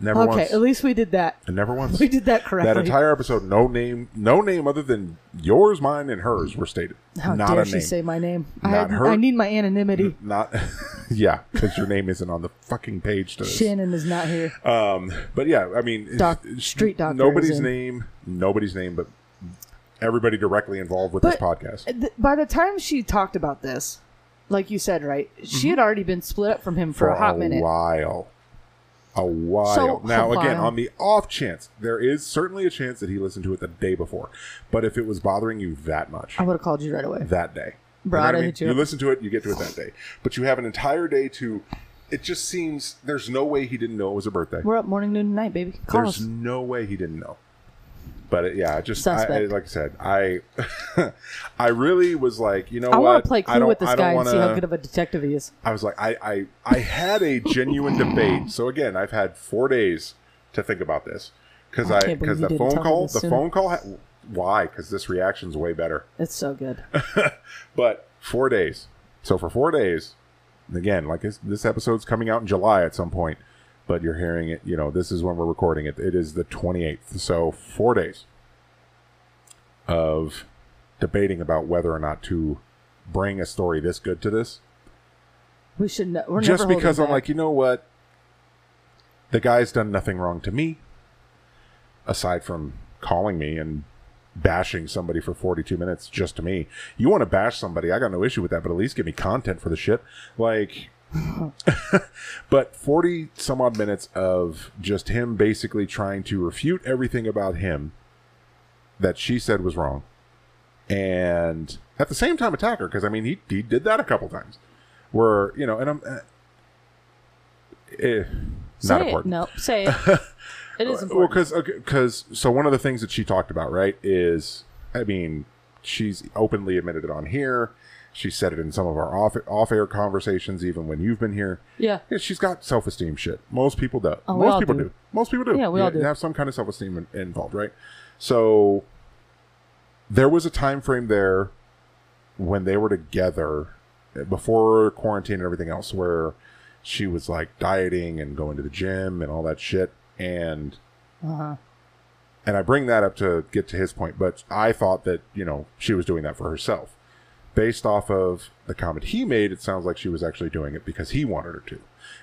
[SPEAKER 1] never
[SPEAKER 2] okay,
[SPEAKER 1] once.
[SPEAKER 2] at least we did that.
[SPEAKER 1] Never once.
[SPEAKER 2] We did that correctly.
[SPEAKER 1] That entire episode, no name, no name other than yours, mine, and hers were stated.
[SPEAKER 2] How
[SPEAKER 1] Not
[SPEAKER 2] dare
[SPEAKER 1] a
[SPEAKER 2] she
[SPEAKER 1] name.
[SPEAKER 2] say my name? I,
[SPEAKER 1] Not
[SPEAKER 2] had-
[SPEAKER 1] her.
[SPEAKER 2] I need my anonymity.
[SPEAKER 1] Not, yeah, because your name isn't on the fucking page to this.
[SPEAKER 2] Shannon is not here.
[SPEAKER 1] Um, but yeah, I mean,
[SPEAKER 2] Doc-
[SPEAKER 1] it's-
[SPEAKER 2] street doctor is
[SPEAKER 1] Nobody's
[SPEAKER 2] in.
[SPEAKER 1] name, nobody's name, but everybody directly involved with this
[SPEAKER 2] But-
[SPEAKER 1] podcast.
[SPEAKER 2] Th- By the time she talked about this, like you said, right? She had already been split up from him for, a hot minute.
[SPEAKER 1] Mm-hmm. while. A while.
[SPEAKER 2] So,
[SPEAKER 1] now,
[SPEAKER 2] a
[SPEAKER 1] again,
[SPEAKER 2] while.
[SPEAKER 1] on the off chance, there is certainly a chance that he listened to it the day before. But if it was bothering you that much,
[SPEAKER 2] I would have called you right away.
[SPEAKER 1] that day.
[SPEAKER 2] Bro,
[SPEAKER 1] you, know
[SPEAKER 2] I'd
[SPEAKER 1] what I mean?
[SPEAKER 2] hit you
[SPEAKER 1] you
[SPEAKER 2] up.
[SPEAKER 1] listen to it, you get to it that day. But you have an entire day to. It just seems there's no way he didn't know it was a birthday.
[SPEAKER 2] We're up morning, noon, and night, baby. Call
[SPEAKER 1] There's
[SPEAKER 2] us.
[SPEAKER 1] no way he didn't know. But it, yeah, I just I, I,
[SPEAKER 2] Suspect.
[SPEAKER 1] like I said, I I really was like, you know
[SPEAKER 2] I
[SPEAKER 1] what?
[SPEAKER 2] want to play
[SPEAKER 1] I
[SPEAKER 2] Clue
[SPEAKER 1] don't-
[SPEAKER 2] with this
[SPEAKER 1] I don't
[SPEAKER 2] guy and see
[SPEAKER 1] wanna-
[SPEAKER 2] how good of a detective he is.
[SPEAKER 1] I was like, I, I, I had a genuine debate. So again, I've had four days to think about this because
[SPEAKER 2] I
[SPEAKER 1] I
[SPEAKER 2] can't
[SPEAKER 1] because
[SPEAKER 2] believe you
[SPEAKER 1] the
[SPEAKER 2] didn't
[SPEAKER 1] phone
[SPEAKER 2] tell me
[SPEAKER 1] call,
[SPEAKER 2] this
[SPEAKER 1] the
[SPEAKER 2] sooner.
[SPEAKER 1] phone call. Ha- why? Because this reaction's way better.
[SPEAKER 2] It's so good.
[SPEAKER 1] But four days. So for four days, and again, like this, this episode's coming out in July at some point, but you're hearing it. You know, this is when we're recording it. It is the 28th. So four days of debating about whether or not to bring a story this good to this
[SPEAKER 2] We should. Ne- we're
[SPEAKER 1] just
[SPEAKER 2] never
[SPEAKER 1] because I'm
[SPEAKER 2] holding
[SPEAKER 1] like,
[SPEAKER 2] back.
[SPEAKER 1] you know what? The guy's done nothing wrong to me, aside from calling me and bashing somebody for 42 minutes just to me. You want to bash somebody? I got no issue with that, but at least give me content for the shit. Like, but 40 some odd minutes of just him basically trying to refute everything about him that she said was wrong. And at the same time, attack her because I mean, he, he did that a couple times where you know, and I'm uh, eh,
[SPEAKER 2] say
[SPEAKER 1] not important.
[SPEAKER 2] It. No, say it. it is
[SPEAKER 1] Well,
[SPEAKER 2] important.
[SPEAKER 1] because because so one of the things that she talked about, right, is I mean, she's openly admitted it on here. She said it in some of our off off air conversations, even when you've been here.
[SPEAKER 2] yeah.
[SPEAKER 1] Yeah, she's got self esteem shit. Most people do.
[SPEAKER 2] Oh, we
[SPEAKER 1] Most
[SPEAKER 2] all
[SPEAKER 1] people
[SPEAKER 2] do.
[SPEAKER 1] do. Most people do.
[SPEAKER 2] Yeah, we
[SPEAKER 1] You
[SPEAKER 2] all do.
[SPEAKER 1] Have some kind of self esteem involved, right? So there was a time frame there when they were together eh, before quarantine and everything else, where she was like dieting and going to the gym and all that shit, and
[SPEAKER 2] Uh-huh.
[SPEAKER 1] and I bring that up to get to his point, but I thought that, you know, she was doing that for herself. Based off of the comment he made, it sounds like she was actually doing it because he wanted her to.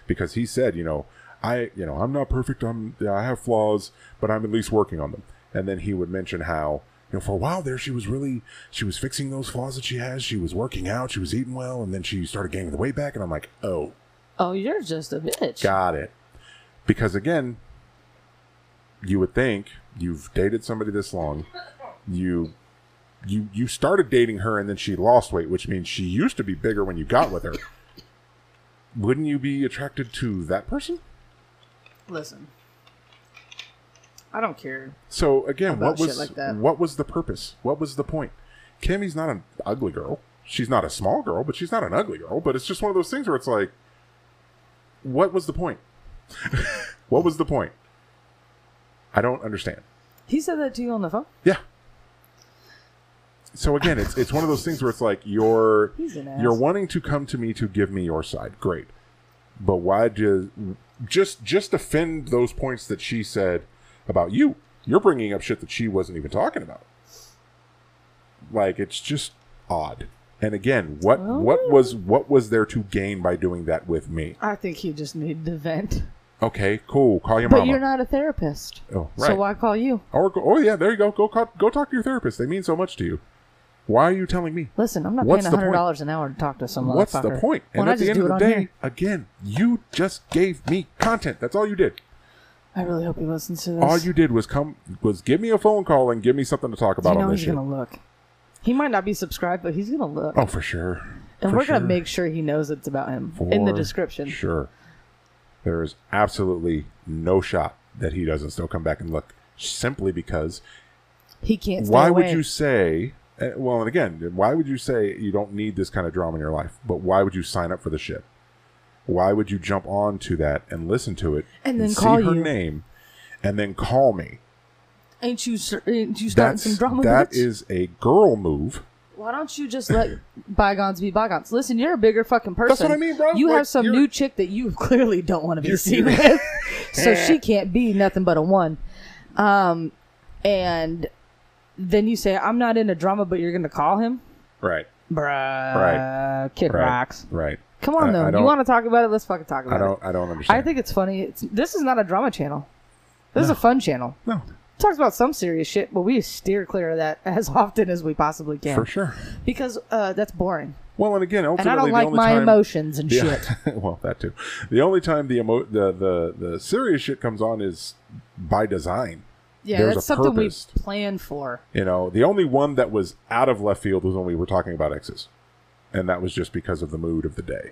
[SPEAKER 1] Because he said, you know, I, you know, I'm not perfect. I'm, yeah, I have flaws, but I'm at least working on them. And then he would mention how, you know, for a while there, she was really, she was fixing those flaws that she has. She was working out, she was eating well, and then she started gaining the weight back. And I'm like, oh,
[SPEAKER 2] Oh, you're just a bitch.
[SPEAKER 1] Got it. Because again, you would think you've dated somebody this long, you you you started dating her and then she lost weight, which means she used to be bigger when you got with her. Wouldn't you be attracted to that person?
[SPEAKER 2] Listen, I don't care.
[SPEAKER 1] So again,
[SPEAKER 2] About
[SPEAKER 1] what
[SPEAKER 2] shit
[SPEAKER 1] was
[SPEAKER 2] like that.
[SPEAKER 1] what was the purpose? What was the point? Kimmy's not an ugly girl. She's not a small girl, but she's not an ugly girl. But it's just one of those things where it's like, what was the point? what was the point? I don't understand.
[SPEAKER 2] He said that to you on the phone.
[SPEAKER 1] Yeah. So again, it's it's one of those things where it's like you're
[SPEAKER 2] He's an ass.
[SPEAKER 1] you're wanting to come to me to give me your side. Great. But why just just just defend those points that she said about you? You're bringing up shit that she wasn't even talking about. Like it's just odd. And again, what
[SPEAKER 2] Oh.
[SPEAKER 1] what was what was there to gain by doing that with me?
[SPEAKER 2] I think he just needed to vent.
[SPEAKER 1] Okay, cool. Call your
[SPEAKER 2] But
[SPEAKER 1] mama.
[SPEAKER 2] you're not a therapist.
[SPEAKER 1] oh,
[SPEAKER 2] So
[SPEAKER 1] right.
[SPEAKER 2] why call you?
[SPEAKER 1] or go, oh yeah, there you go. Go call, go talk to your therapist. They mean so much to you. Why are you telling me?
[SPEAKER 2] Listen, I'm not
[SPEAKER 1] What's
[SPEAKER 2] paying
[SPEAKER 1] the point?
[SPEAKER 2] hundred dollars an hour to talk to some
[SPEAKER 1] What's
[SPEAKER 2] motherfucker.
[SPEAKER 1] the point?
[SPEAKER 2] Why
[SPEAKER 1] And
[SPEAKER 2] not
[SPEAKER 1] at the
[SPEAKER 2] just
[SPEAKER 1] end
[SPEAKER 2] do
[SPEAKER 1] of the
[SPEAKER 2] it on
[SPEAKER 1] day,
[SPEAKER 2] here?
[SPEAKER 1] again, you just gave me content. That's all you did.
[SPEAKER 2] I really hope he listens to this.
[SPEAKER 1] All you did was come was give me a phone call and give me something to talk
[SPEAKER 2] you
[SPEAKER 1] about
[SPEAKER 2] know
[SPEAKER 1] on
[SPEAKER 2] he's
[SPEAKER 1] this shit.
[SPEAKER 2] gonna look. He might not be subscribed, but he's gonna look.
[SPEAKER 1] Oh, for sure.
[SPEAKER 2] and
[SPEAKER 1] For
[SPEAKER 2] we're gonna
[SPEAKER 1] sure.
[SPEAKER 2] make sure he knows it's about him
[SPEAKER 1] For
[SPEAKER 2] in the description.
[SPEAKER 1] Sure. There is absolutely no shot that he doesn't still come back and look simply because
[SPEAKER 2] He can't. Stay
[SPEAKER 1] why would
[SPEAKER 2] away.
[SPEAKER 1] you say eh, well and again why would you say you don't need this kind of drama in your life but why would you sign up for the shit why would you jump on to that and listen to it
[SPEAKER 2] And then call
[SPEAKER 1] see her
[SPEAKER 2] you.
[SPEAKER 1] name and then call me
[SPEAKER 2] Ain't you? cer- Ain't you starting
[SPEAKER 1] that's
[SPEAKER 2] some drama?
[SPEAKER 1] that
[SPEAKER 2] bitch?
[SPEAKER 1] is a girl move
[SPEAKER 2] Why don't you just let bygones be bygones? Listen, you're a bigger fucking person.
[SPEAKER 1] what I mean, bro.
[SPEAKER 2] You
[SPEAKER 1] Like,
[SPEAKER 2] have some
[SPEAKER 1] you're-
[SPEAKER 2] new chick that you clearly don't want to be seen with, so she can't be nothing but a one. Um, and then you say, "I'm not into drama," but you're gonna call him,
[SPEAKER 1] right
[SPEAKER 2] bruh.
[SPEAKER 1] Right.
[SPEAKER 2] Kid
[SPEAKER 1] right
[SPEAKER 2] rocks.
[SPEAKER 1] right
[SPEAKER 2] Come on,
[SPEAKER 1] I-
[SPEAKER 2] though.
[SPEAKER 1] I
[SPEAKER 2] you
[SPEAKER 1] don't-
[SPEAKER 2] want to talk about it? Let's fucking talk about
[SPEAKER 1] i don't
[SPEAKER 2] it.
[SPEAKER 1] i don't understand
[SPEAKER 2] I think it's funny. It's, this is not a drama channel. This is a fun channel.
[SPEAKER 1] no
[SPEAKER 2] It talks about some serious shit, but we steer clear of that as often as we possibly can
[SPEAKER 1] for sure
[SPEAKER 2] because uh, that's boring.
[SPEAKER 1] well and again
[SPEAKER 2] and
[SPEAKER 1] ultimately
[SPEAKER 2] I don't
[SPEAKER 1] the
[SPEAKER 2] like
[SPEAKER 1] only
[SPEAKER 2] my
[SPEAKER 1] time,
[SPEAKER 2] emotions and
[SPEAKER 1] Yeah.
[SPEAKER 2] shit.
[SPEAKER 1] well, that too. The only time the emo- the the the serious shit comes on is by design.
[SPEAKER 2] Yeah,
[SPEAKER 1] There's
[SPEAKER 2] that's
[SPEAKER 1] a
[SPEAKER 2] something
[SPEAKER 1] purpose.
[SPEAKER 2] we plan for.
[SPEAKER 1] You know, the only one that was out of left field was when we were talking about exes, and that was just because of the mood of the day.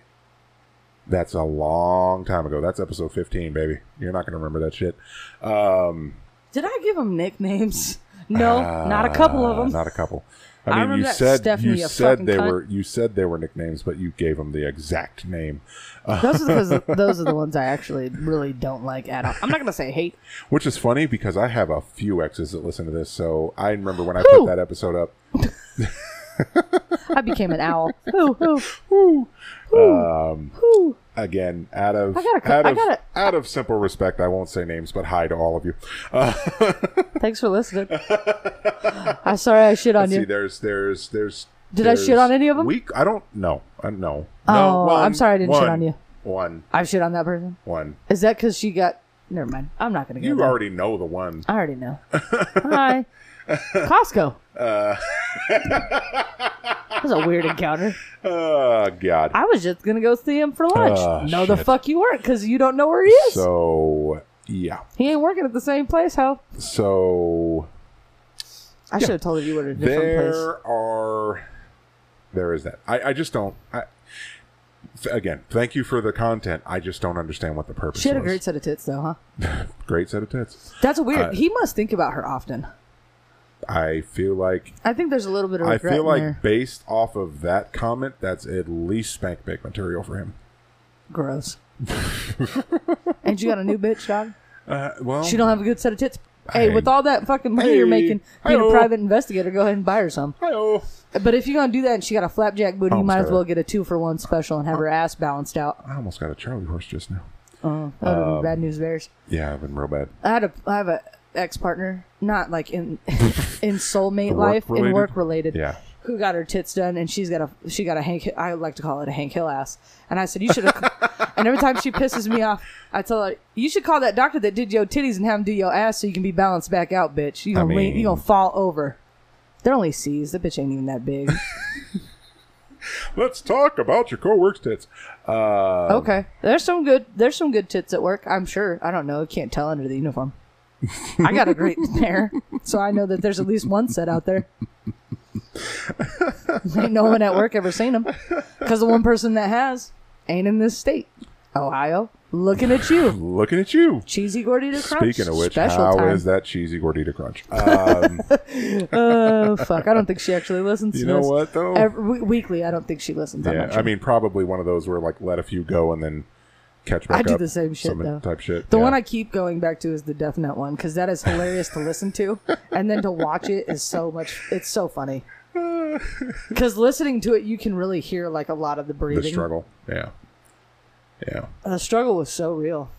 [SPEAKER 1] That's a long time ago. That's episode 15, baby. You're not going to remember that shit. Um,
[SPEAKER 2] Did I give them nicknames? No, not a
[SPEAKER 1] uh,
[SPEAKER 2] couple of them.
[SPEAKER 1] Not a couple.
[SPEAKER 2] I
[SPEAKER 1] I mean,
[SPEAKER 2] remember
[SPEAKER 1] you
[SPEAKER 2] that
[SPEAKER 1] said
[SPEAKER 2] Stephanie,
[SPEAKER 1] you
[SPEAKER 2] you
[SPEAKER 1] said
[SPEAKER 2] fucking
[SPEAKER 1] they
[SPEAKER 2] cunt.
[SPEAKER 1] were you said they were nicknames, but you gave them the exact name. Uh,
[SPEAKER 2] Those are the, those are the ones I actually really don't like at all. I'm not gonna say hate.
[SPEAKER 1] Which is funny because I have a few exes that listen to this, so I remember when I
[SPEAKER 2] Who?
[SPEAKER 1] put that episode up.
[SPEAKER 2] I became an owl. Um, Ooh, ooh,
[SPEAKER 1] Woo!
[SPEAKER 2] ooh.
[SPEAKER 1] Again, out of
[SPEAKER 2] I got a cou-
[SPEAKER 1] out
[SPEAKER 2] I
[SPEAKER 1] of
[SPEAKER 2] got
[SPEAKER 1] out of simple respect, I won't say names, but hi to all of you. Uh,
[SPEAKER 2] Thanks for listening. I'm sorry I shit on
[SPEAKER 1] see,
[SPEAKER 2] you.
[SPEAKER 1] there's there's there's.
[SPEAKER 2] Did I shit
[SPEAKER 1] there's
[SPEAKER 2] on any of 'em?
[SPEAKER 1] Weak. I don't. No. I no.
[SPEAKER 2] Oh,
[SPEAKER 1] no.
[SPEAKER 2] I'm sorry I didn't shit on you.
[SPEAKER 1] One.
[SPEAKER 2] I shit on that person.
[SPEAKER 1] One.
[SPEAKER 2] Is that because she got? Never mind. I'm not gonna go.
[SPEAKER 1] You
[SPEAKER 2] there.
[SPEAKER 1] already know the one.
[SPEAKER 2] I already know. Hi, Costco. Uh... that was a weird encounter.
[SPEAKER 1] Oh God.
[SPEAKER 2] I was just gonna go see him for lunch.
[SPEAKER 1] Ah,
[SPEAKER 2] no, the
[SPEAKER 1] shit.
[SPEAKER 2] fuck you weren't, because you don't know where he is.
[SPEAKER 1] So yeah.
[SPEAKER 2] he ain't working at the same place, ho.
[SPEAKER 1] So
[SPEAKER 2] I should have told you you were at a different place.
[SPEAKER 1] there are there is that i, I just don't I, th- again thank you for the content i just don't understand what the purpose
[SPEAKER 2] She had a
[SPEAKER 1] was.
[SPEAKER 2] great set of tits, though, huh?
[SPEAKER 1] Great set of tits
[SPEAKER 2] That's weird.
[SPEAKER 1] Uh,
[SPEAKER 2] he must think about her often.
[SPEAKER 1] i feel like
[SPEAKER 2] I think there's a little bit of
[SPEAKER 1] i
[SPEAKER 2] regret
[SPEAKER 1] feel
[SPEAKER 2] in
[SPEAKER 1] like
[SPEAKER 2] there.
[SPEAKER 1] based off of that comment that's at least spank bank material for him
[SPEAKER 2] Gross. and you got a new bitch, dog.
[SPEAKER 1] uh, well
[SPEAKER 2] She don't have a good set of tits. Hey,
[SPEAKER 1] Hey.
[SPEAKER 2] with all that fucking money you're
[SPEAKER 1] Hey.
[SPEAKER 2] making, being a
[SPEAKER 1] Hi-yo.
[SPEAKER 2] private investigator, go ahead and buy her some.
[SPEAKER 1] hi-oh.
[SPEAKER 2] But if you're gonna do that, and she got a flapjack booty, you
[SPEAKER 1] Almost
[SPEAKER 2] might as
[SPEAKER 1] got
[SPEAKER 2] well
[SPEAKER 1] it.
[SPEAKER 2] get a two for one special and have her ass balanced out.
[SPEAKER 1] i almost got a charlie horse just now
[SPEAKER 2] Oh, that
[SPEAKER 1] Um,
[SPEAKER 2] would be bad news bears.
[SPEAKER 1] yeah i've been real bad
[SPEAKER 2] I had a I have a ex partner, not like in in soulmate life, in
[SPEAKER 1] Work-related?
[SPEAKER 2] work related.
[SPEAKER 1] yeah
[SPEAKER 2] Who got her tits done, and she's got a she got a Hank. I like to call it a Hank Hill ass. And I said you should. have And every time she pisses me off, I tell her you should call that doctor that did your titties and have him do your ass so you can be balanced back out, bitch. You
[SPEAKER 1] I
[SPEAKER 2] gonna lean, you
[SPEAKER 1] mean-
[SPEAKER 2] gonna fall over. They're only C's. The bitch ain't even that big.
[SPEAKER 1] let's talk about your co-work's tits uh
[SPEAKER 2] Okay. There's some good there's some good tits at work, I'm sure. I don't know, I can't tell under the uniform. I got a great pair, so I know that there's at least one set out there. ain't no one at work ever seen them. Because the one person that has ain't in this state. Ohio, looking at you.
[SPEAKER 1] looking at you
[SPEAKER 2] Cheesy gordita crunch.
[SPEAKER 1] Speaking of which, how is
[SPEAKER 2] special time.
[SPEAKER 1] that cheesy gordita crunch?
[SPEAKER 2] Oh fuck! I don't think she actually listens.
[SPEAKER 1] You
[SPEAKER 2] to
[SPEAKER 1] know
[SPEAKER 2] this.
[SPEAKER 1] what, though?
[SPEAKER 2] Every, we- weekly, I don't think she listens. I'm
[SPEAKER 1] Yeah,
[SPEAKER 2] not
[SPEAKER 1] I
[SPEAKER 2] sure.
[SPEAKER 1] mean, probably one of those where like let a few go and then catch back
[SPEAKER 2] I
[SPEAKER 1] up.
[SPEAKER 2] do the same shit,
[SPEAKER 1] some
[SPEAKER 2] though.
[SPEAKER 1] Type shit.
[SPEAKER 2] The
[SPEAKER 1] yeah.
[SPEAKER 2] one I keep going back to is the Death Note one because that is hilarious to listen to, and then to watch it is so much. It's so funny because listening to it, you can really hear like a lot of the breathing. Uh,
[SPEAKER 1] the struggle. Yeah, yeah.
[SPEAKER 2] The struggle was so real.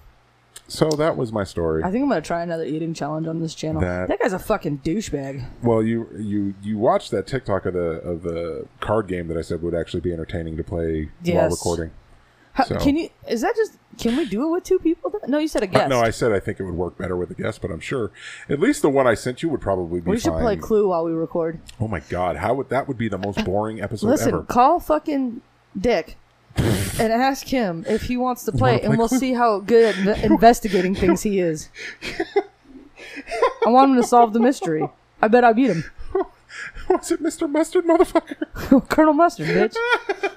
[SPEAKER 1] So that was my story.
[SPEAKER 2] I think I'm gonna try another eating challenge on this channel.
[SPEAKER 1] That-
[SPEAKER 2] That, guy's a fucking douchebag.
[SPEAKER 1] Well, you you you watched that TikTok of the of the card game that I said would actually be entertaining to play while
[SPEAKER 2] Yes.
[SPEAKER 1] recording.
[SPEAKER 2] How,
[SPEAKER 1] So-
[SPEAKER 2] Can you? Is that just? Can we do it with two people? then? No, you said a
[SPEAKER 1] Uh,
[SPEAKER 2] guest.
[SPEAKER 1] No, I said I think it would work better with a guest, but I'm sure at least the one I sent you would probably be
[SPEAKER 2] we should
[SPEAKER 1] fine.
[SPEAKER 2] play Clue while we record.
[SPEAKER 1] oh my god, how would that would be the most boring episode
[SPEAKER 2] Listen,
[SPEAKER 1] ever?
[SPEAKER 2] call fucking Dick and ask him if he wants to play,
[SPEAKER 1] wanna play
[SPEAKER 2] and we'll
[SPEAKER 1] Clue?
[SPEAKER 2] see how good at inve- investigating things he is. I want him to solve the mystery. I bet I beat him.
[SPEAKER 1] Was it Mr. Mustard, motherfucker?
[SPEAKER 2] Colonel Mustard, bitch.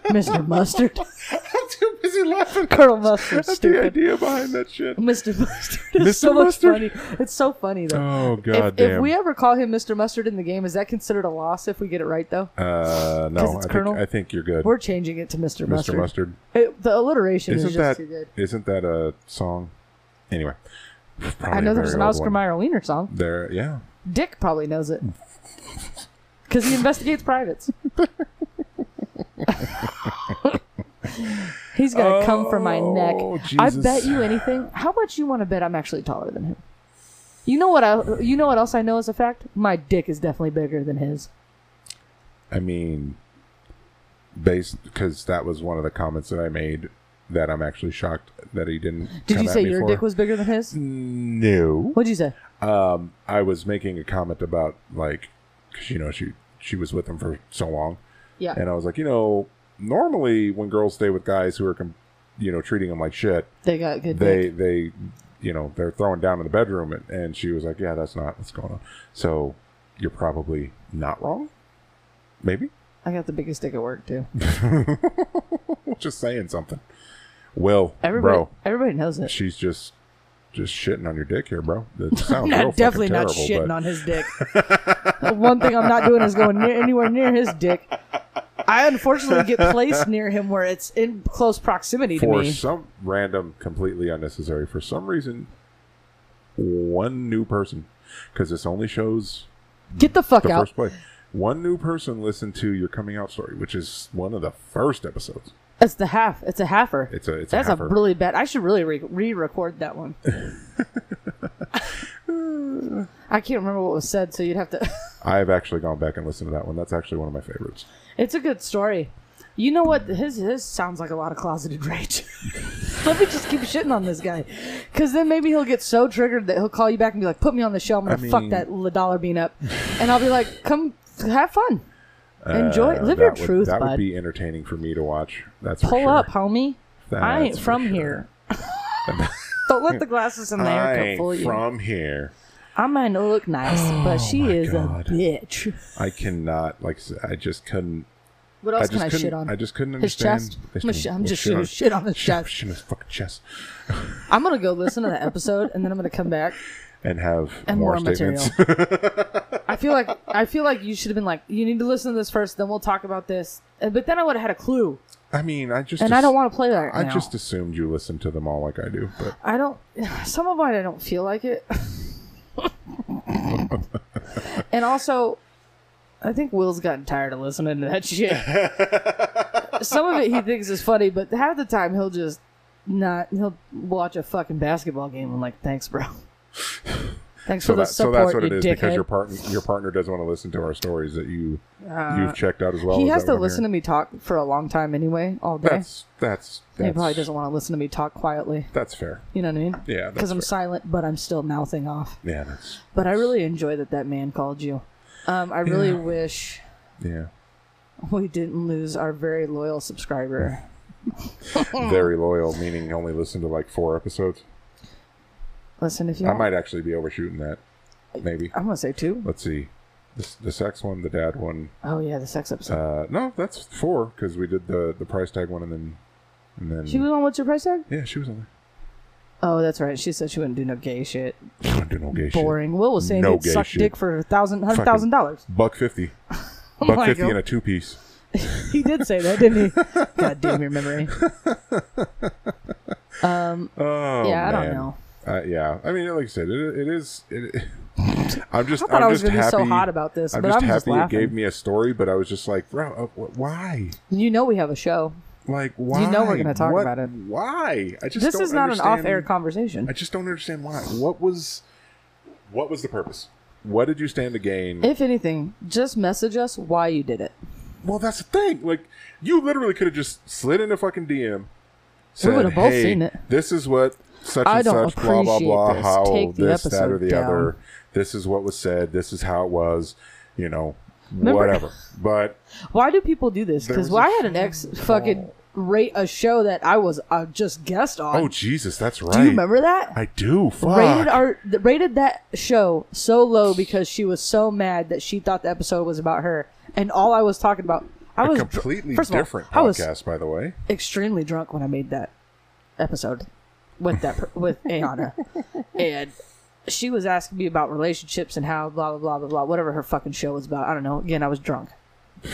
[SPEAKER 2] Mr. Mustard.
[SPEAKER 1] I'm too busy laughing
[SPEAKER 2] Colonel Mustard,
[SPEAKER 1] at the
[SPEAKER 2] stupid.
[SPEAKER 1] idea behind that shit.
[SPEAKER 2] Mr. Mustard is
[SPEAKER 1] Mr.
[SPEAKER 2] so much
[SPEAKER 1] Mustard?
[SPEAKER 2] funny. It's so funny though.
[SPEAKER 1] Oh
[SPEAKER 2] if,
[SPEAKER 1] god
[SPEAKER 2] if
[SPEAKER 1] damn.
[SPEAKER 2] we ever call him Mr. Mustard in the game, is that considered a loss if we get it right though?
[SPEAKER 1] uh, no,
[SPEAKER 2] 'Cause it's
[SPEAKER 1] I think,
[SPEAKER 2] Colonel?
[SPEAKER 1] I think you're good.
[SPEAKER 2] We're changing it to
[SPEAKER 1] Mr.
[SPEAKER 2] Mr. Mustard.
[SPEAKER 1] Mustard.
[SPEAKER 2] It- the alliteration is
[SPEAKER 1] Isn't
[SPEAKER 2] just
[SPEAKER 1] that
[SPEAKER 2] too good.
[SPEAKER 1] isn't that a song? Anyway, probably
[SPEAKER 2] I know
[SPEAKER 1] a
[SPEAKER 2] there's
[SPEAKER 1] very
[SPEAKER 2] an
[SPEAKER 1] old
[SPEAKER 2] Oscar
[SPEAKER 1] one.
[SPEAKER 2] Mayer Wiener song.
[SPEAKER 1] There, yeah.
[SPEAKER 2] Dick probably knows it. Because he investigates privates. He's going to come for my neck.
[SPEAKER 1] Oh,
[SPEAKER 2] I
[SPEAKER 1] Jesus.
[SPEAKER 2] bet you anything. How much you want to bet I'm actually taller than him? You know what I you know what else I know as a fact? My dick is definitely bigger than his.
[SPEAKER 1] I mean, based because that was one of the comments that I made that I'm actually shocked that he didn't.
[SPEAKER 2] Did
[SPEAKER 1] come
[SPEAKER 2] you
[SPEAKER 1] at
[SPEAKER 2] say
[SPEAKER 1] me
[SPEAKER 2] your
[SPEAKER 1] for.
[SPEAKER 2] dick was bigger than his?
[SPEAKER 1] No,
[SPEAKER 2] What'd you say?
[SPEAKER 1] um, I was making a comment about like because you know she she was with him for so long,
[SPEAKER 2] Yeah.
[SPEAKER 1] and I was like, you know, normally when girls stay with guys who are, com- you know, treating them like shit,
[SPEAKER 2] They got good
[SPEAKER 1] they
[SPEAKER 2] dick.
[SPEAKER 1] they you know they're throwing down in the bedroom and, and she was like yeah that's not what's going on so you're probably not wrong maybe
[SPEAKER 2] I got the biggest dick at work too.
[SPEAKER 1] just saying something will
[SPEAKER 2] Everybody
[SPEAKER 1] bro
[SPEAKER 2] everybody knows it.
[SPEAKER 1] she's just just shitting on your dick here bro that sounds
[SPEAKER 2] not
[SPEAKER 1] real
[SPEAKER 2] definitely
[SPEAKER 1] fucking
[SPEAKER 2] not
[SPEAKER 1] terrible,
[SPEAKER 2] shitting
[SPEAKER 1] but
[SPEAKER 2] on his dick. The One thing I'm not doing is going near, anywhere near his dick. I unfortunately get placed near him where it's in close proximity to
[SPEAKER 1] for
[SPEAKER 2] me.
[SPEAKER 1] some random completely unnecessary for some reason one new person because this only shows
[SPEAKER 2] Get the fuck
[SPEAKER 1] the
[SPEAKER 2] out.
[SPEAKER 1] first play one new person listened to your coming out story which is one of the first episodes
[SPEAKER 2] It's the half. It's a halfer.
[SPEAKER 1] It's a it's
[SPEAKER 2] That's
[SPEAKER 1] a,
[SPEAKER 2] a,
[SPEAKER 1] heifer.
[SPEAKER 2] really bad. I should really re- re-record that one. I can't remember what was said, so you'd have to.
[SPEAKER 1] I've actually gone back and listened to that one. That's actually one of my favorites.
[SPEAKER 2] It's a good story. You know what? His his sounds like a lot of closeted rage. Let me just keep shitting on this guy, because then maybe he'll get so triggered that he'll call you back and be like, "Put me on the show. I'm gonna
[SPEAKER 1] I mean-
[SPEAKER 2] fuck that li- dollar bean up," and I'll be like, "Come have fun, enjoy,
[SPEAKER 1] Uh,
[SPEAKER 2] live your
[SPEAKER 1] that would-
[SPEAKER 2] truth,
[SPEAKER 1] That would
[SPEAKER 2] bud.
[SPEAKER 1] be entertaining for me to watch. That's for
[SPEAKER 2] Pull
[SPEAKER 1] sure.
[SPEAKER 2] up, homie. I
[SPEAKER 1] That's
[SPEAKER 2] ain't
[SPEAKER 1] for
[SPEAKER 2] from
[SPEAKER 1] sure.
[SPEAKER 2] here. Don't let the glasses in
[SPEAKER 1] I
[SPEAKER 2] there
[SPEAKER 1] ain't
[SPEAKER 2] fool you.
[SPEAKER 1] from here.
[SPEAKER 2] I might not look nice, but she is
[SPEAKER 1] God.
[SPEAKER 2] a bitch.
[SPEAKER 1] I cannot like. I said, I just couldn't.
[SPEAKER 2] What
[SPEAKER 1] I
[SPEAKER 2] else
[SPEAKER 1] just
[SPEAKER 2] can I
[SPEAKER 1] couldn't.
[SPEAKER 2] shit on?
[SPEAKER 1] I just couldn't
[SPEAKER 2] his
[SPEAKER 1] understand.
[SPEAKER 2] chest.
[SPEAKER 1] I
[SPEAKER 2] I'm, gonna sh- I'm
[SPEAKER 1] well,
[SPEAKER 2] just shit on, shit on his
[SPEAKER 1] shit,
[SPEAKER 2] chest.
[SPEAKER 1] Shit on his fucking chest,
[SPEAKER 2] I'm gonna go listen to the episode and then I'm gonna come back
[SPEAKER 1] and have
[SPEAKER 2] and more,
[SPEAKER 1] more,
[SPEAKER 2] material.
[SPEAKER 1] statements.
[SPEAKER 2] I feel like I feel like you should have been like, you need to listen to this first, then we'll talk about this. Uh, But then I would have had a clue,
[SPEAKER 1] I mean, I just.
[SPEAKER 2] and I
[SPEAKER 1] ass-
[SPEAKER 2] don't want to play that.
[SPEAKER 1] I
[SPEAKER 2] now.
[SPEAKER 1] just assumed you listened to them all like I do, but
[SPEAKER 2] I don't. Some of mine I don't feel like it. and also, I think Will's gotten tired of listening to that shit. some of it he thinks is funny, but half the time he'll just not. He'll watch a fucking basketball game. I'm like, thanks, bro. Thanks
[SPEAKER 1] so
[SPEAKER 2] for the
[SPEAKER 1] that so that's
[SPEAKER 2] support,
[SPEAKER 1] what
[SPEAKER 2] you
[SPEAKER 1] it is because
[SPEAKER 2] dickhead.
[SPEAKER 1] your partner your partner doesn't want to listen to our stories that you you've checked out as well.
[SPEAKER 2] Uh, he
[SPEAKER 1] Is
[SPEAKER 2] has
[SPEAKER 1] that
[SPEAKER 2] to
[SPEAKER 1] what I'm
[SPEAKER 2] listen
[SPEAKER 1] hearing?
[SPEAKER 2] to me talk for a long time anyway, all day.
[SPEAKER 1] That's that's that's,
[SPEAKER 2] he probably doesn't want to listen to me talk quietly.
[SPEAKER 1] that's fair.
[SPEAKER 2] You know what I mean?
[SPEAKER 1] Yeah, that's
[SPEAKER 2] Because I'm
[SPEAKER 1] fair.
[SPEAKER 2] silent, but I'm still mouthing off.
[SPEAKER 1] Yeah, that's
[SPEAKER 2] But I really enjoy that that man called you. Um, I really wish
[SPEAKER 1] yeah.
[SPEAKER 2] we didn't lose our very loyal subscriber.
[SPEAKER 1] Very loyal, meaning only listen to like four episodes.
[SPEAKER 2] Listen, if you
[SPEAKER 1] I might actually be overshooting that. Maybe.
[SPEAKER 2] I'm gonna say two.
[SPEAKER 1] Let's see. This, the sex one, the dad one.
[SPEAKER 2] Oh yeah, the sex episode.
[SPEAKER 1] Uh, no, that's four because we did the the price tag one and then and then
[SPEAKER 2] she was on what's your price tag?
[SPEAKER 1] yeah, she was on
[SPEAKER 2] Oh, that's right. She said she wouldn't do no gay shit.
[SPEAKER 1] there. Don't do no gay shit.
[SPEAKER 2] Boring. Will was saying
[SPEAKER 1] No
[SPEAKER 2] he'd
[SPEAKER 1] gay
[SPEAKER 2] suck
[SPEAKER 1] shit.
[SPEAKER 2] dick for a thousand, hundred thousand dollars.
[SPEAKER 1] Buck fifty.
[SPEAKER 2] Oh my
[SPEAKER 1] Buck fifty
[SPEAKER 2] God.
[SPEAKER 1] and a two piece.
[SPEAKER 2] He did say that, didn't he? God damn your memory. Um.
[SPEAKER 1] Oh
[SPEAKER 2] yeah, I
[SPEAKER 1] man.
[SPEAKER 2] don't know.
[SPEAKER 1] Uh, yeah, I mean, like I said, it, it is. It, I'm just.
[SPEAKER 2] I thought
[SPEAKER 1] I'm
[SPEAKER 2] i was
[SPEAKER 1] just
[SPEAKER 2] gonna
[SPEAKER 1] happy.
[SPEAKER 2] be so hot about this,
[SPEAKER 1] I'm
[SPEAKER 2] but
[SPEAKER 1] just
[SPEAKER 2] I'm
[SPEAKER 1] happy
[SPEAKER 2] just laughing.
[SPEAKER 1] it gave me a story, but I was just like, bro, uh, wh- why?
[SPEAKER 2] You know we have a show.
[SPEAKER 1] Like why?
[SPEAKER 2] know we're gonna talk
[SPEAKER 1] What-
[SPEAKER 2] about it.
[SPEAKER 1] Why? I just
[SPEAKER 2] This
[SPEAKER 1] don't
[SPEAKER 2] is not an
[SPEAKER 1] understand-
[SPEAKER 2] off-air conversation.
[SPEAKER 1] I just don't understand why. What was what was the purpose? What did you stand to gain?
[SPEAKER 2] If anything, just message us why you did it.
[SPEAKER 1] well, that's the thing. Like you literally could have just slid in a fucking DM. Said,
[SPEAKER 2] would've both
[SPEAKER 1] hey,
[SPEAKER 2] seen it."
[SPEAKER 1] This is what such and
[SPEAKER 2] I don't
[SPEAKER 1] such blah blah
[SPEAKER 2] appreciate
[SPEAKER 1] blah
[SPEAKER 2] this.
[SPEAKER 1] how
[SPEAKER 2] Take the
[SPEAKER 1] this that
[SPEAKER 2] episode
[SPEAKER 1] or the
[SPEAKER 2] down."
[SPEAKER 1] other. This is what was said. This is how it was. You know,
[SPEAKER 2] Remember-
[SPEAKER 1] whatever. But
[SPEAKER 2] Why do people do this?
[SPEAKER 1] There
[SPEAKER 2] Because
[SPEAKER 1] was a
[SPEAKER 2] I had an ex fucking rate a show that I was uh, just guest on.
[SPEAKER 1] oh Jesus, that's right.
[SPEAKER 2] do you remember that?
[SPEAKER 1] I do. Fuck.
[SPEAKER 2] rated our th- rated that show so low because she was so mad that she thought the episode was about her, and all I was talking about. I
[SPEAKER 1] a
[SPEAKER 2] was dr-
[SPEAKER 1] completely
[SPEAKER 2] first of all,
[SPEAKER 1] different
[SPEAKER 2] I was
[SPEAKER 1] podcast, by the way.
[SPEAKER 2] extremely drunk when I made that episode with that per- with Ayana, and she was asking me about relationships and how blah blah blah blah blah whatever her fucking show was about. I don't know. Again, I was drunk.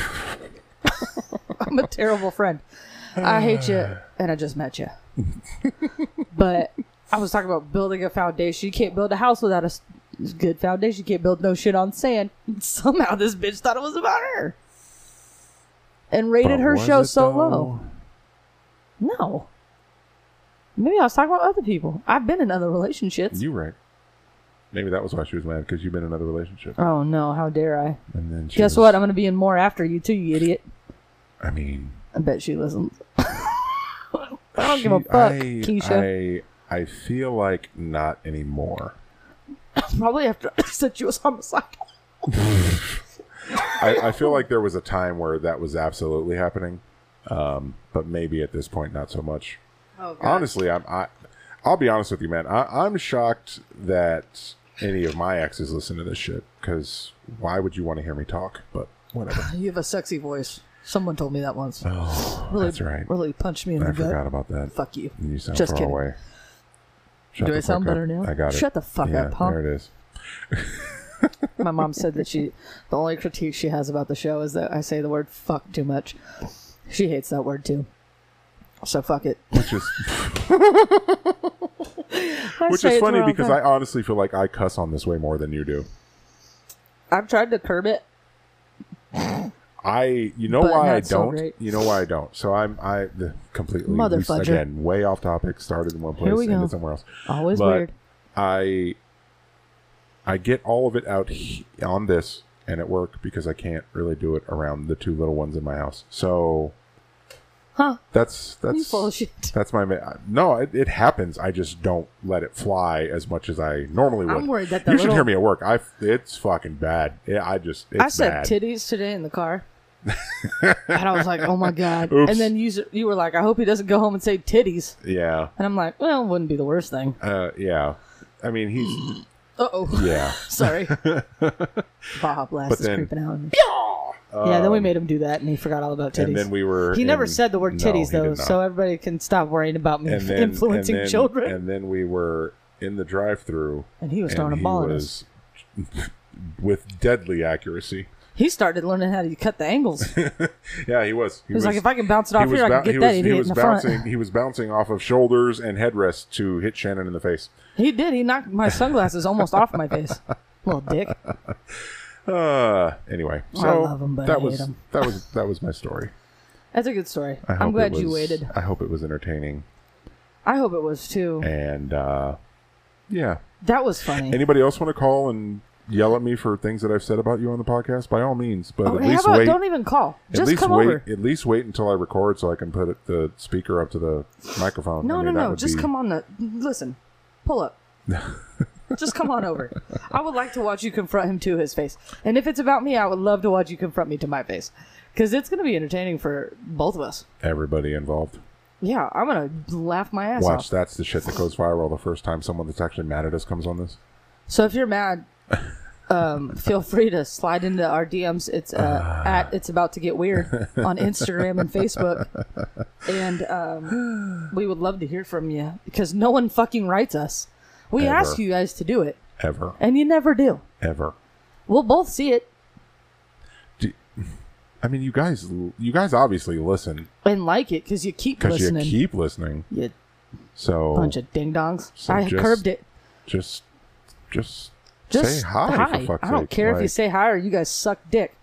[SPEAKER 2] I'm a terrible friend. I hate you, and I just met you. But I was talking about building a foundation. You can't build a house without a s- good foundation. You can't build no shit on sand. Somehow this bitch thought it was about her, and rated
[SPEAKER 1] But
[SPEAKER 2] her
[SPEAKER 1] was
[SPEAKER 2] show
[SPEAKER 1] it,
[SPEAKER 2] so
[SPEAKER 1] though?
[SPEAKER 2] low. No. Maybe I was talking about other people. I've been in other relationships.
[SPEAKER 1] You right. Maybe that was why she was mad because you've been in another relationship.
[SPEAKER 2] oh no, how dare I?
[SPEAKER 1] And then she
[SPEAKER 2] Guess
[SPEAKER 1] was-
[SPEAKER 2] what? I'm going to be in more after you too, you idiot.
[SPEAKER 1] I mean,
[SPEAKER 2] I bet she listens. I don't
[SPEAKER 1] she-
[SPEAKER 2] give a fuck,
[SPEAKER 1] I-
[SPEAKER 2] Keisha.
[SPEAKER 1] I I feel like not anymore.
[SPEAKER 2] Probably after I said she was homicidal.
[SPEAKER 1] I, I feel like there was a time where that was absolutely happening, um, but maybe at this point not so much. Honestly, I'm I, I'll be honest with you, man. I, I'm shocked that any of my exes listen to this shit because why would you want to hear me talk? But whatever.
[SPEAKER 2] You have a sexy voice. Someone told me that once.
[SPEAKER 1] Oh,
[SPEAKER 2] really,
[SPEAKER 1] that's right.
[SPEAKER 2] Really punched me in
[SPEAKER 1] I
[SPEAKER 2] the gut.
[SPEAKER 1] forgot about that.
[SPEAKER 2] Fuck you.
[SPEAKER 1] You sound
[SPEAKER 2] Just
[SPEAKER 1] far
[SPEAKER 2] kidding.
[SPEAKER 1] away. Shut
[SPEAKER 2] Do I
[SPEAKER 1] the fuck
[SPEAKER 2] sound
[SPEAKER 1] up.
[SPEAKER 2] better now?
[SPEAKER 1] I got it.
[SPEAKER 2] Shut the fuck
[SPEAKER 1] yeah,
[SPEAKER 2] up, huh?
[SPEAKER 1] There it is.
[SPEAKER 2] My mom said that she, the only critique she has about the show is that I say the word fuck too much. She hates that word too. So fuck it.
[SPEAKER 1] Which is
[SPEAKER 2] I
[SPEAKER 1] which
[SPEAKER 2] say
[SPEAKER 1] is
[SPEAKER 2] it
[SPEAKER 1] funny
[SPEAKER 2] wrong,
[SPEAKER 1] because
[SPEAKER 2] huh?
[SPEAKER 1] I honestly feel like I cuss on this way more than you do.
[SPEAKER 2] I've tried to curb it.
[SPEAKER 1] I you know
[SPEAKER 2] But
[SPEAKER 1] why I
[SPEAKER 2] not so
[SPEAKER 1] don't.
[SPEAKER 2] great.
[SPEAKER 1] you know why I don't. So I'm I the, completely we-
[SPEAKER 2] Motherfudger.
[SPEAKER 1] again way off topic. Started in one place,
[SPEAKER 2] Here we
[SPEAKER 1] ended
[SPEAKER 2] go.
[SPEAKER 1] somewhere else.
[SPEAKER 2] Always
[SPEAKER 1] But
[SPEAKER 2] weird.
[SPEAKER 1] I I get all of it out he- on this and at work because I can't really do it around the two little ones in my house. So
[SPEAKER 2] Huh.
[SPEAKER 1] That's that's
[SPEAKER 2] You full of shit.
[SPEAKER 1] That's my ma- no. It, it happens. I just don't let it fly as much as I normally would.
[SPEAKER 2] I'm worried that the
[SPEAKER 1] you should
[SPEAKER 2] little-
[SPEAKER 1] hear me at work. I it's fucking bad. Yeah, I just it's
[SPEAKER 2] I said
[SPEAKER 1] bad.
[SPEAKER 2] titties today in the car. and I was like, oh my God.
[SPEAKER 1] Oops.
[SPEAKER 2] And then you, s- you were like, I hope he doesn't go home and say titties.
[SPEAKER 1] yeah,
[SPEAKER 2] And I'm like, well, wouldn't be the worst thing.
[SPEAKER 1] uh, yeah. I mean, he's
[SPEAKER 2] Uh oh.
[SPEAKER 1] yeah.
[SPEAKER 2] Sorry. Baja Blast
[SPEAKER 1] But
[SPEAKER 2] is
[SPEAKER 1] then- Um,
[SPEAKER 2] creeping out. yeah, then we made him do that and he forgot all about titties.
[SPEAKER 1] And then we were.
[SPEAKER 2] he never
[SPEAKER 1] in-
[SPEAKER 2] said the word
[SPEAKER 1] No,
[SPEAKER 2] titties,
[SPEAKER 1] he did
[SPEAKER 2] though,
[SPEAKER 1] not.
[SPEAKER 2] so everybody can stop worrying about me
[SPEAKER 1] And then-
[SPEAKER 2] influencing
[SPEAKER 1] and then-
[SPEAKER 2] children.
[SPEAKER 1] And then we were in the drive-through,
[SPEAKER 2] And he was throwing a
[SPEAKER 1] he
[SPEAKER 2] ball at us.
[SPEAKER 1] was with deadly accuracy.
[SPEAKER 2] He started learning how to cut the angles. He was,
[SPEAKER 1] Yeah, he was. He,
[SPEAKER 2] like, if I can bounce it off
[SPEAKER 1] he was
[SPEAKER 2] here, I
[SPEAKER 1] bou-
[SPEAKER 2] can get
[SPEAKER 1] he
[SPEAKER 2] that
[SPEAKER 1] was- he
[SPEAKER 2] idiot
[SPEAKER 1] was
[SPEAKER 2] in the
[SPEAKER 1] bouncing,
[SPEAKER 2] front.
[SPEAKER 1] He was bouncing off of shoulders and headrests to hit Shannon in the face.
[SPEAKER 2] He did. He knocked my sunglasses almost off my face. Little dick.
[SPEAKER 1] Uh, anyway,
[SPEAKER 2] I
[SPEAKER 1] so
[SPEAKER 2] love him, but
[SPEAKER 1] that
[SPEAKER 2] I
[SPEAKER 1] was
[SPEAKER 2] hate him.
[SPEAKER 1] that was that was my story.
[SPEAKER 2] That's a good story.
[SPEAKER 1] I hope
[SPEAKER 2] I'm glad
[SPEAKER 1] it
[SPEAKER 2] you
[SPEAKER 1] was-
[SPEAKER 2] waited.
[SPEAKER 1] I hope it was entertaining
[SPEAKER 2] I hope it was too.
[SPEAKER 1] and uh, yeah.
[SPEAKER 2] That was funny.
[SPEAKER 1] Anybody else want to call and yell at me for things that I've said about you on the podcast? By all means, but
[SPEAKER 2] Oh,
[SPEAKER 1] at
[SPEAKER 2] how
[SPEAKER 1] least
[SPEAKER 2] about
[SPEAKER 1] wait.
[SPEAKER 2] don't even call.
[SPEAKER 1] at
[SPEAKER 2] Just
[SPEAKER 1] least
[SPEAKER 2] come
[SPEAKER 1] wait.
[SPEAKER 2] over.
[SPEAKER 1] At least wait until I record so I can put it, the speaker up to the microphone.
[SPEAKER 2] No,
[SPEAKER 1] I mean,
[SPEAKER 2] no,
[SPEAKER 1] that
[SPEAKER 2] no.
[SPEAKER 1] would
[SPEAKER 2] Just
[SPEAKER 1] be-
[SPEAKER 2] come on the listen. Pull up. Just come on over. I would like to watch you confront him to his face. And if it's about me, I would love to watch you confront me to my face. Because it's going to be entertaining for both of us.
[SPEAKER 1] Everybody involved.
[SPEAKER 2] Yeah, I'm going to laugh my ass
[SPEAKER 1] Watch,
[SPEAKER 2] off.
[SPEAKER 1] that's the shit that goes viral the first time someone that's actually mad at us comes on this.
[SPEAKER 2] So if you're mad, um, feel free to slide into our DMs. It's
[SPEAKER 1] Ah.
[SPEAKER 2] uh, at it's about to get weird on Instagram and Facebook, and um, we would love to hear from you because no one fucking writes us. We
[SPEAKER 1] Ever.
[SPEAKER 2] ask you guys to do it,
[SPEAKER 1] Ever.
[SPEAKER 2] and you never do.
[SPEAKER 1] Ever.
[SPEAKER 2] We'll both see it
[SPEAKER 1] Do, I mean, you guys, you guys obviously listen
[SPEAKER 2] and like it because you keep
[SPEAKER 1] because you
[SPEAKER 2] listening. You,
[SPEAKER 1] keep listening. So
[SPEAKER 2] bunch of ding dongs.
[SPEAKER 1] So
[SPEAKER 2] I
[SPEAKER 1] just-
[SPEAKER 2] curbed it.
[SPEAKER 1] just, just,
[SPEAKER 2] Just
[SPEAKER 1] say hi. For fuck's
[SPEAKER 2] I don't
[SPEAKER 1] sake.
[SPEAKER 2] care if you
[SPEAKER 1] Like,
[SPEAKER 2] say hi or you guys suck dick.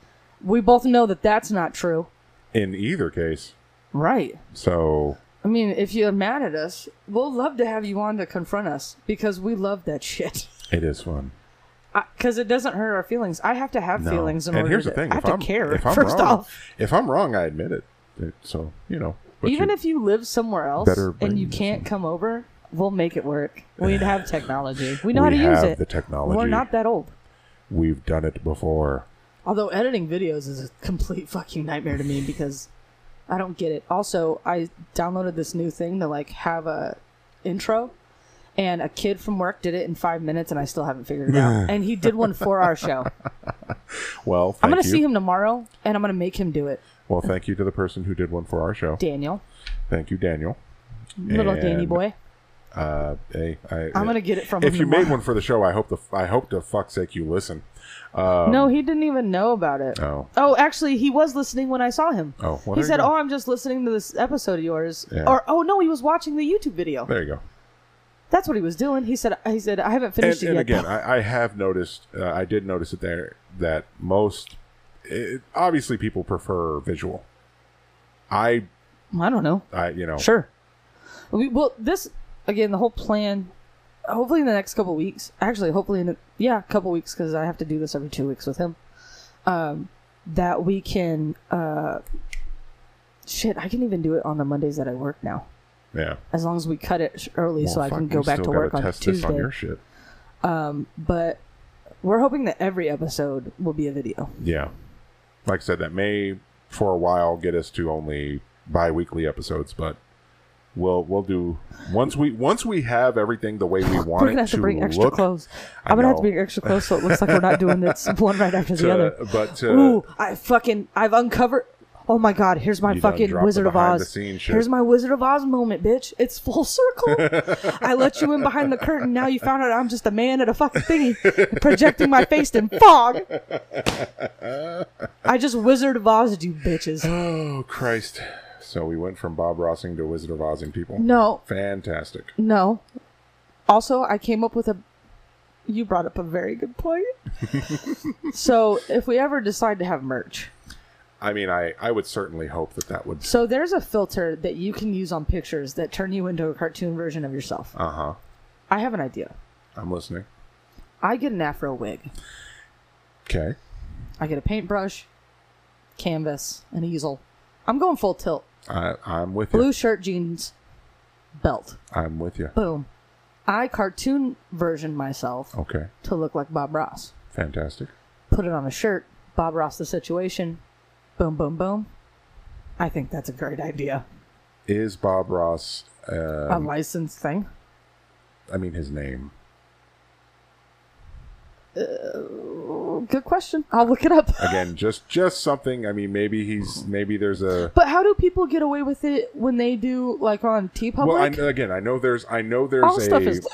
[SPEAKER 2] We both know that that's not true.
[SPEAKER 1] in either case.
[SPEAKER 2] Right.
[SPEAKER 1] So
[SPEAKER 2] I mean, if you're mad at us, we'll love to have you on to confront us because we love that shit.
[SPEAKER 1] it is fun.
[SPEAKER 2] Because it doesn't hurt our feelings. I have to have
[SPEAKER 1] No.
[SPEAKER 2] feelings in
[SPEAKER 1] and
[SPEAKER 2] order
[SPEAKER 1] here's
[SPEAKER 2] to,
[SPEAKER 1] the thing:
[SPEAKER 2] I
[SPEAKER 1] if
[SPEAKER 2] have
[SPEAKER 1] I'm,
[SPEAKER 2] to care.
[SPEAKER 1] if I'm
[SPEAKER 2] first
[SPEAKER 1] wrong,
[SPEAKER 2] off,
[SPEAKER 1] if I'm wrong, I admit it. It- So you know, but
[SPEAKER 2] even
[SPEAKER 1] you-
[SPEAKER 2] if you live somewhere else
[SPEAKER 1] better
[SPEAKER 2] and you
[SPEAKER 1] bring
[SPEAKER 2] can't come over, we'll make it work. We have technology. We know
[SPEAKER 1] We
[SPEAKER 2] how to use
[SPEAKER 1] have
[SPEAKER 2] it.
[SPEAKER 1] the technology.
[SPEAKER 2] We're not that old.
[SPEAKER 1] we've done it before,
[SPEAKER 2] Although editing videos is a complete fucking nightmare to me because I don't get it. Also, I downloaded this new thing to like have a intro and a kid from work did it in five minutes and I still haven't figured it out. and he did one for our show.
[SPEAKER 1] well, thank
[SPEAKER 2] I'm gonna
[SPEAKER 1] you.
[SPEAKER 2] see him tomorrow and I'm gonna make him do it.
[SPEAKER 1] Well, thank you to the person who did one for our show.
[SPEAKER 2] Daniel.
[SPEAKER 1] Thank you, Daniel.
[SPEAKER 2] Little Danny
[SPEAKER 1] And,
[SPEAKER 2] boy.
[SPEAKER 1] Uh, hey, I,
[SPEAKER 2] I'm gonna get it from
[SPEAKER 1] If
[SPEAKER 2] him
[SPEAKER 1] you
[SPEAKER 2] tomorrow.
[SPEAKER 1] made one for the show, I hope the I hope to fuck's sake you listen.
[SPEAKER 2] no, he didn't even know about it.
[SPEAKER 1] um, Oh,
[SPEAKER 2] Oh, actually, he was listening when I saw him.
[SPEAKER 1] Oh, well,
[SPEAKER 2] he
[SPEAKER 1] there
[SPEAKER 2] said,
[SPEAKER 1] you go.
[SPEAKER 2] "Oh, I'm just listening to this episode of yours."
[SPEAKER 1] Yeah.
[SPEAKER 2] Or, "Oh no, he was watching the YouTube video."
[SPEAKER 1] there you go.
[SPEAKER 2] That's what he was doing. He said, "He said I haven't
[SPEAKER 1] And,
[SPEAKER 2] finished it
[SPEAKER 1] and
[SPEAKER 2] yet."
[SPEAKER 1] again, I, I have noticed. Uh, I did notice it there that most it, obviously people prefer visual. I
[SPEAKER 2] I don't know.
[SPEAKER 1] I you know
[SPEAKER 2] Sure. We, well, this again, the whole plan. Hopefully, in the next couple weeks. Actually, hopefully, in a, yeah, a couple weeks because I have to do this every two weeks with him. Um, that we can. Uh, shit, I can even do it on the Mondays that I work now,
[SPEAKER 1] yeah.
[SPEAKER 2] as long as we cut it sh- early so
[SPEAKER 1] Well,
[SPEAKER 2] I
[SPEAKER 1] fuck,
[SPEAKER 2] can
[SPEAKER 1] we
[SPEAKER 2] go back
[SPEAKER 1] still
[SPEAKER 2] to
[SPEAKER 1] gotta
[SPEAKER 2] work on
[SPEAKER 1] test
[SPEAKER 2] Tuesday.
[SPEAKER 1] This on your shit.
[SPEAKER 2] but we're hoping that every episode will be a video.
[SPEAKER 1] Yeah, like I said, that may for a while get us to only bi-weekly episodes, but we'll we'll do once we once we have everything the way we want
[SPEAKER 2] We're
[SPEAKER 1] it
[SPEAKER 2] gonna have to bring extra
[SPEAKER 1] look.
[SPEAKER 2] clothes.
[SPEAKER 1] I
[SPEAKER 2] I'm gonna have to
[SPEAKER 1] know.
[SPEAKER 2] bring extra clothes so it looks like we're not doing this one right after the
[SPEAKER 1] to-
[SPEAKER 2] other.
[SPEAKER 1] uh, but to,
[SPEAKER 2] Ooh, I fucking I've uncovered. Oh my god, here's my
[SPEAKER 1] You done
[SPEAKER 2] fucking
[SPEAKER 1] dropped the
[SPEAKER 2] Wizard of
[SPEAKER 1] behind the
[SPEAKER 2] Oz.
[SPEAKER 1] scenes shit.
[SPEAKER 2] Here's my Wizard of Oz moment, bitch. It's full circle. I let you in behind the curtain. Now you found out I'm just a man at a fucking thingy projecting my face in fog. I just Wizard of Oz you bitches.
[SPEAKER 1] oh Christ! So we went from Bob Rossing to Wizard of Ozing people.
[SPEAKER 2] No,
[SPEAKER 1] Fantastic.
[SPEAKER 2] No. Also, I came up with a. You brought up a very good point. so, if we ever decide to have merch,
[SPEAKER 1] I mean, I I would certainly hope that that would.
[SPEAKER 2] so there's a filter that you can use on pictures that turn you into a cartoon version of yourself.
[SPEAKER 1] Uh huh.
[SPEAKER 2] I have an idea.
[SPEAKER 1] I'm listening.
[SPEAKER 2] I get an afro wig,
[SPEAKER 1] Okay.
[SPEAKER 2] I get a paintbrush, canvas, an easel. I'm going full tilt.
[SPEAKER 1] I I'm with you.
[SPEAKER 2] Blue shirt, jeans, belt.
[SPEAKER 1] I'm with you.
[SPEAKER 2] Boom. I cartoon version myself
[SPEAKER 1] Okay.
[SPEAKER 2] to look like Bob Ross.
[SPEAKER 1] Fantastic.
[SPEAKER 2] put it on a shirt, Bob Ross the situation, boom, boom, boom. I think that's a great idea.
[SPEAKER 1] Is Bob Ross? Uh,
[SPEAKER 2] a licensed thing.
[SPEAKER 1] I mean, his name.
[SPEAKER 2] Good question. I'll look it up.
[SPEAKER 1] Again, just just something. I mean, maybe he's maybe there's a.
[SPEAKER 2] But how do people get away with it when they do like on T
[SPEAKER 1] Well, I,
[SPEAKER 2] Public?
[SPEAKER 1] again, I know there's. I know there's
[SPEAKER 2] All
[SPEAKER 1] a.
[SPEAKER 2] stuff is.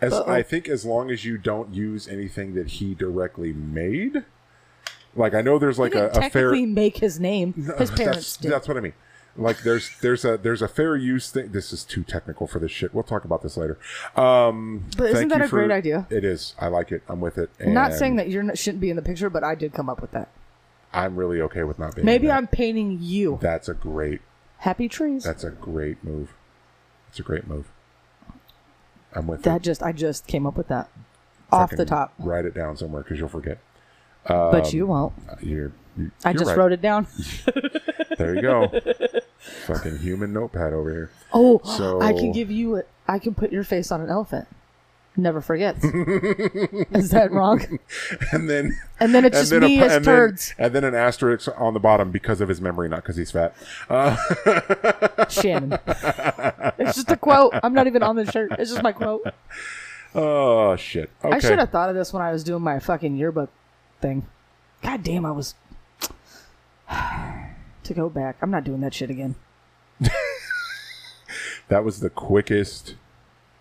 [SPEAKER 1] As
[SPEAKER 2] Uh-oh.
[SPEAKER 1] I think, as long as you don't use anything that he directly made, like I know there's
[SPEAKER 2] Like
[SPEAKER 1] like a, a fair.
[SPEAKER 2] technically make his name. His parents
[SPEAKER 1] that's,
[SPEAKER 2] did.
[SPEAKER 1] that's what I mean. Like there's there's a there's a fair use thing. This is too technical for this shit. We'll talk about this later. Um,
[SPEAKER 2] But
[SPEAKER 1] thank
[SPEAKER 2] isn't that
[SPEAKER 1] you
[SPEAKER 2] a
[SPEAKER 1] for-
[SPEAKER 2] great idea?
[SPEAKER 1] It is. I like it. I'm with it.
[SPEAKER 2] I'm not
[SPEAKER 1] and
[SPEAKER 2] saying that you shouldn't be in the picture, but I did come up with that.
[SPEAKER 1] I'm really okay with not being.
[SPEAKER 2] Maybe
[SPEAKER 1] in that.
[SPEAKER 2] I'm painting you.
[SPEAKER 1] That's a great.
[SPEAKER 2] Happy trees.
[SPEAKER 1] That's a great move. It's a great move. I'm with
[SPEAKER 2] That
[SPEAKER 1] it.
[SPEAKER 2] just I just came up with that off the
[SPEAKER 1] Fucking
[SPEAKER 2] top,
[SPEAKER 1] Write it down somewhere because you'll forget.
[SPEAKER 2] but you won't.
[SPEAKER 1] Uh, You're, you
[SPEAKER 2] I just wrote it down.
[SPEAKER 1] it. There you go. Fucking human notepad over here.
[SPEAKER 2] Oh,
[SPEAKER 1] So-
[SPEAKER 2] I can give you. A, I can put your face on an elephant. Never forgets. Is that wrong?
[SPEAKER 1] And then
[SPEAKER 2] And then it's
[SPEAKER 1] and
[SPEAKER 2] just
[SPEAKER 1] then a
[SPEAKER 2] me
[SPEAKER 1] pa-
[SPEAKER 2] as
[SPEAKER 1] and then,
[SPEAKER 2] turds.
[SPEAKER 1] and then an asterisk on the bottom because of his memory, not because he's fat.
[SPEAKER 2] Shannon. it's just a quote. I'm not even on the shirt. It's just my quote.
[SPEAKER 1] Oh shit. Okay.
[SPEAKER 2] I should have thought of this when I was doing my fucking yearbook thing. God damn, I was. to go back, I'm not doing that shit again.
[SPEAKER 1] That was the quickest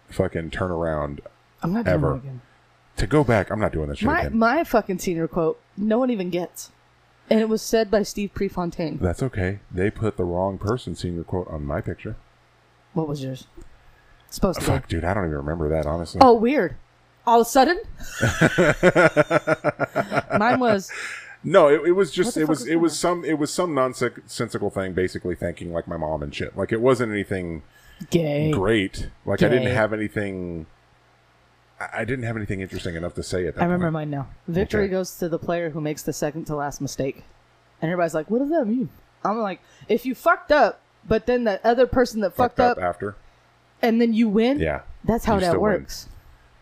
[SPEAKER 1] fucking turnaround.
[SPEAKER 2] I'm not
[SPEAKER 1] Ever.
[SPEAKER 2] doing it again.
[SPEAKER 1] To go back, I'm not doing that shit
[SPEAKER 2] My
[SPEAKER 1] again.
[SPEAKER 2] my fucking senior quote. No one even gets, and it was said by Steve Prefontaine.
[SPEAKER 1] That's okay. They put the wrong person senior quote on my picture.
[SPEAKER 2] What was yours? It's supposed to be.
[SPEAKER 1] Fuck, dude, I don't even remember that honestly.
[SPEAKER 2] Oh, weird. All of a sudden? Mine was
[SPEAKER 1] No, it, it was
[SPEAKER 4] What
[SPEAKER 1] just
[SPEAKER 4] the
[SPEAKER 1] it
[SPEAKER 4] fuck
[SPEAKER 1] was
[SPEAKER 4] was
[SPEAKER 1] it
[SPEAKER 4] going
[SPEAKER 1] was
[SPEAKER 4] on?
[SPEAKER 1] some it was some nonsensical thing, basically thanking like my mom and shit. Like it wasn't anything
[SPEAKER 2] Gay.
[SPEAKER 1] great. Like I didn't
[SPEAKER 2] Gay.
[SPEAKER 1] have anything. I- I didn't have anything interesting enough to say at that.
[SPEAKER 2] I remember
[SPEAKER 1] point.
[SPEAKER 2] mine now. Victory
[SPEAKER 1] Okay.
[SPEAKER 2] goes to the player who makes the second to last mistake. And everybody's like, what does that mean? I'm like, if you fucked up, but then the other person that fucked, up,
[SPEAKER 1] after.
[SPEAKER 2] and then you win,
[SPEAKER 1] Yeah,
[SPEAKER 2] that's how
[SPEAKER 1] You
[SPEAKER 2] that
[SPEAKER 1] still win.
[SPEAKER 2] works.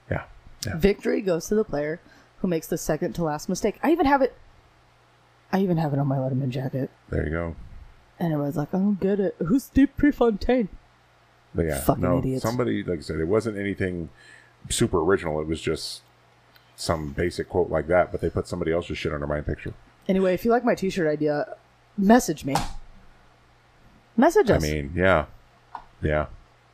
[SPEAKER 1] yeah, yeah.
[SPEAKER 2] Victory goes to the player who makes the second to last mistake. I even have it. I even have it on my Letterman jacket.
[SPEAKER 1] There you go.
[SPEAKER 2] And everyone's like, I don't get it. Who's Steve Prefontaine?
[SPEAKER 1] But yeah,
[SPEAKER 2] Fucking
[SPEAKER 1] no,
[SPEAKER 2] idiots.
[SPEAKER 1] somebody like I said, it wasn't anything super original. It was just some basic quote like that, but they put somebody else's shit under my picture.
[SPEAKER 2] Anyway, if you like my t shirt idea, message me. Message us.
[SPEAKER 1] I mean, yeah, yeah,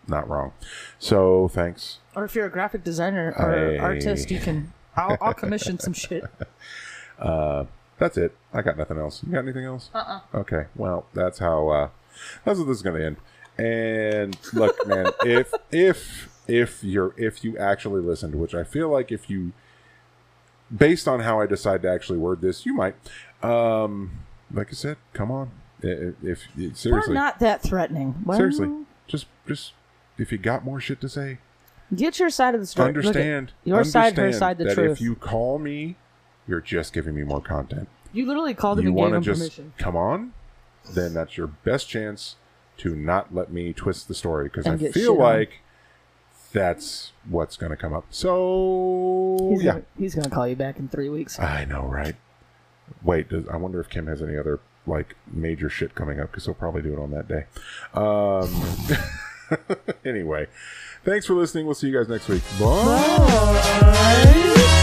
[SPEAKER 1] not wrong. So thanks.
[SPEAKER 2] or if you're a graphic designer or
[SPEAKER 1] I-
[SPEAKER 2] artist, you can. I'll, I'll commission some shit.
[SPEAKER 1] That's it. I got nothing else. You got anything else? Uh-uh. Okay. Well, that's how uh that's how this is gonna end. And look, man, if if if you're if you actually listened, which I feel like if you based on how I decide to actually word this, you might. Um like I said, come on. I- i- If, if
[SPEAKER 2] We're
[SPEAKER 1] seriously
[SPEAKER 2] not that threatening. Well,
[SPEAKER 1] seriously. Just just if you got more shit to say,
[SPEAKER 2] Get your side of the story. Look at-
[SPEAKER 1] understand.
[SPEAKER 2] your side, her
[SPEAKER 1] understand
[SPEAKER 2] side, the
[SPEAKER 1] that
[SPEAKER 2] truth.
[SPEAKER 1] If you call me, you're just giving me more content
[SPEAKER 2] You literally called him
[SPEAKER 1] you
[SPEAKER 2] and gave
[SPEAKER 1] want to
[SPEAKER 2] him
[SPEAKER 1] just
[SPEAKER 2] permission.
[SPEAKER 1] come on, then that's your best chance to not let me twist the story because I
[SPEAKER 2] And get shit
[SPEAKER 1] feel
[SPEAKER 2] on.
[SPEAKER 1] like that's what's going to come up. So
[SPEAKER 2] He's
[SPEAKER 1] yeah,
[SPEAKER 2] gonna, he's gonna call you back in three weeks.
[SPEAKER 1] I know, right? Wait, does, I wonder if Kim has any other like major shit coming up because he'll probably do it on that day. Um, anyway, thanks for listening. We'll see you guys next week. Bye.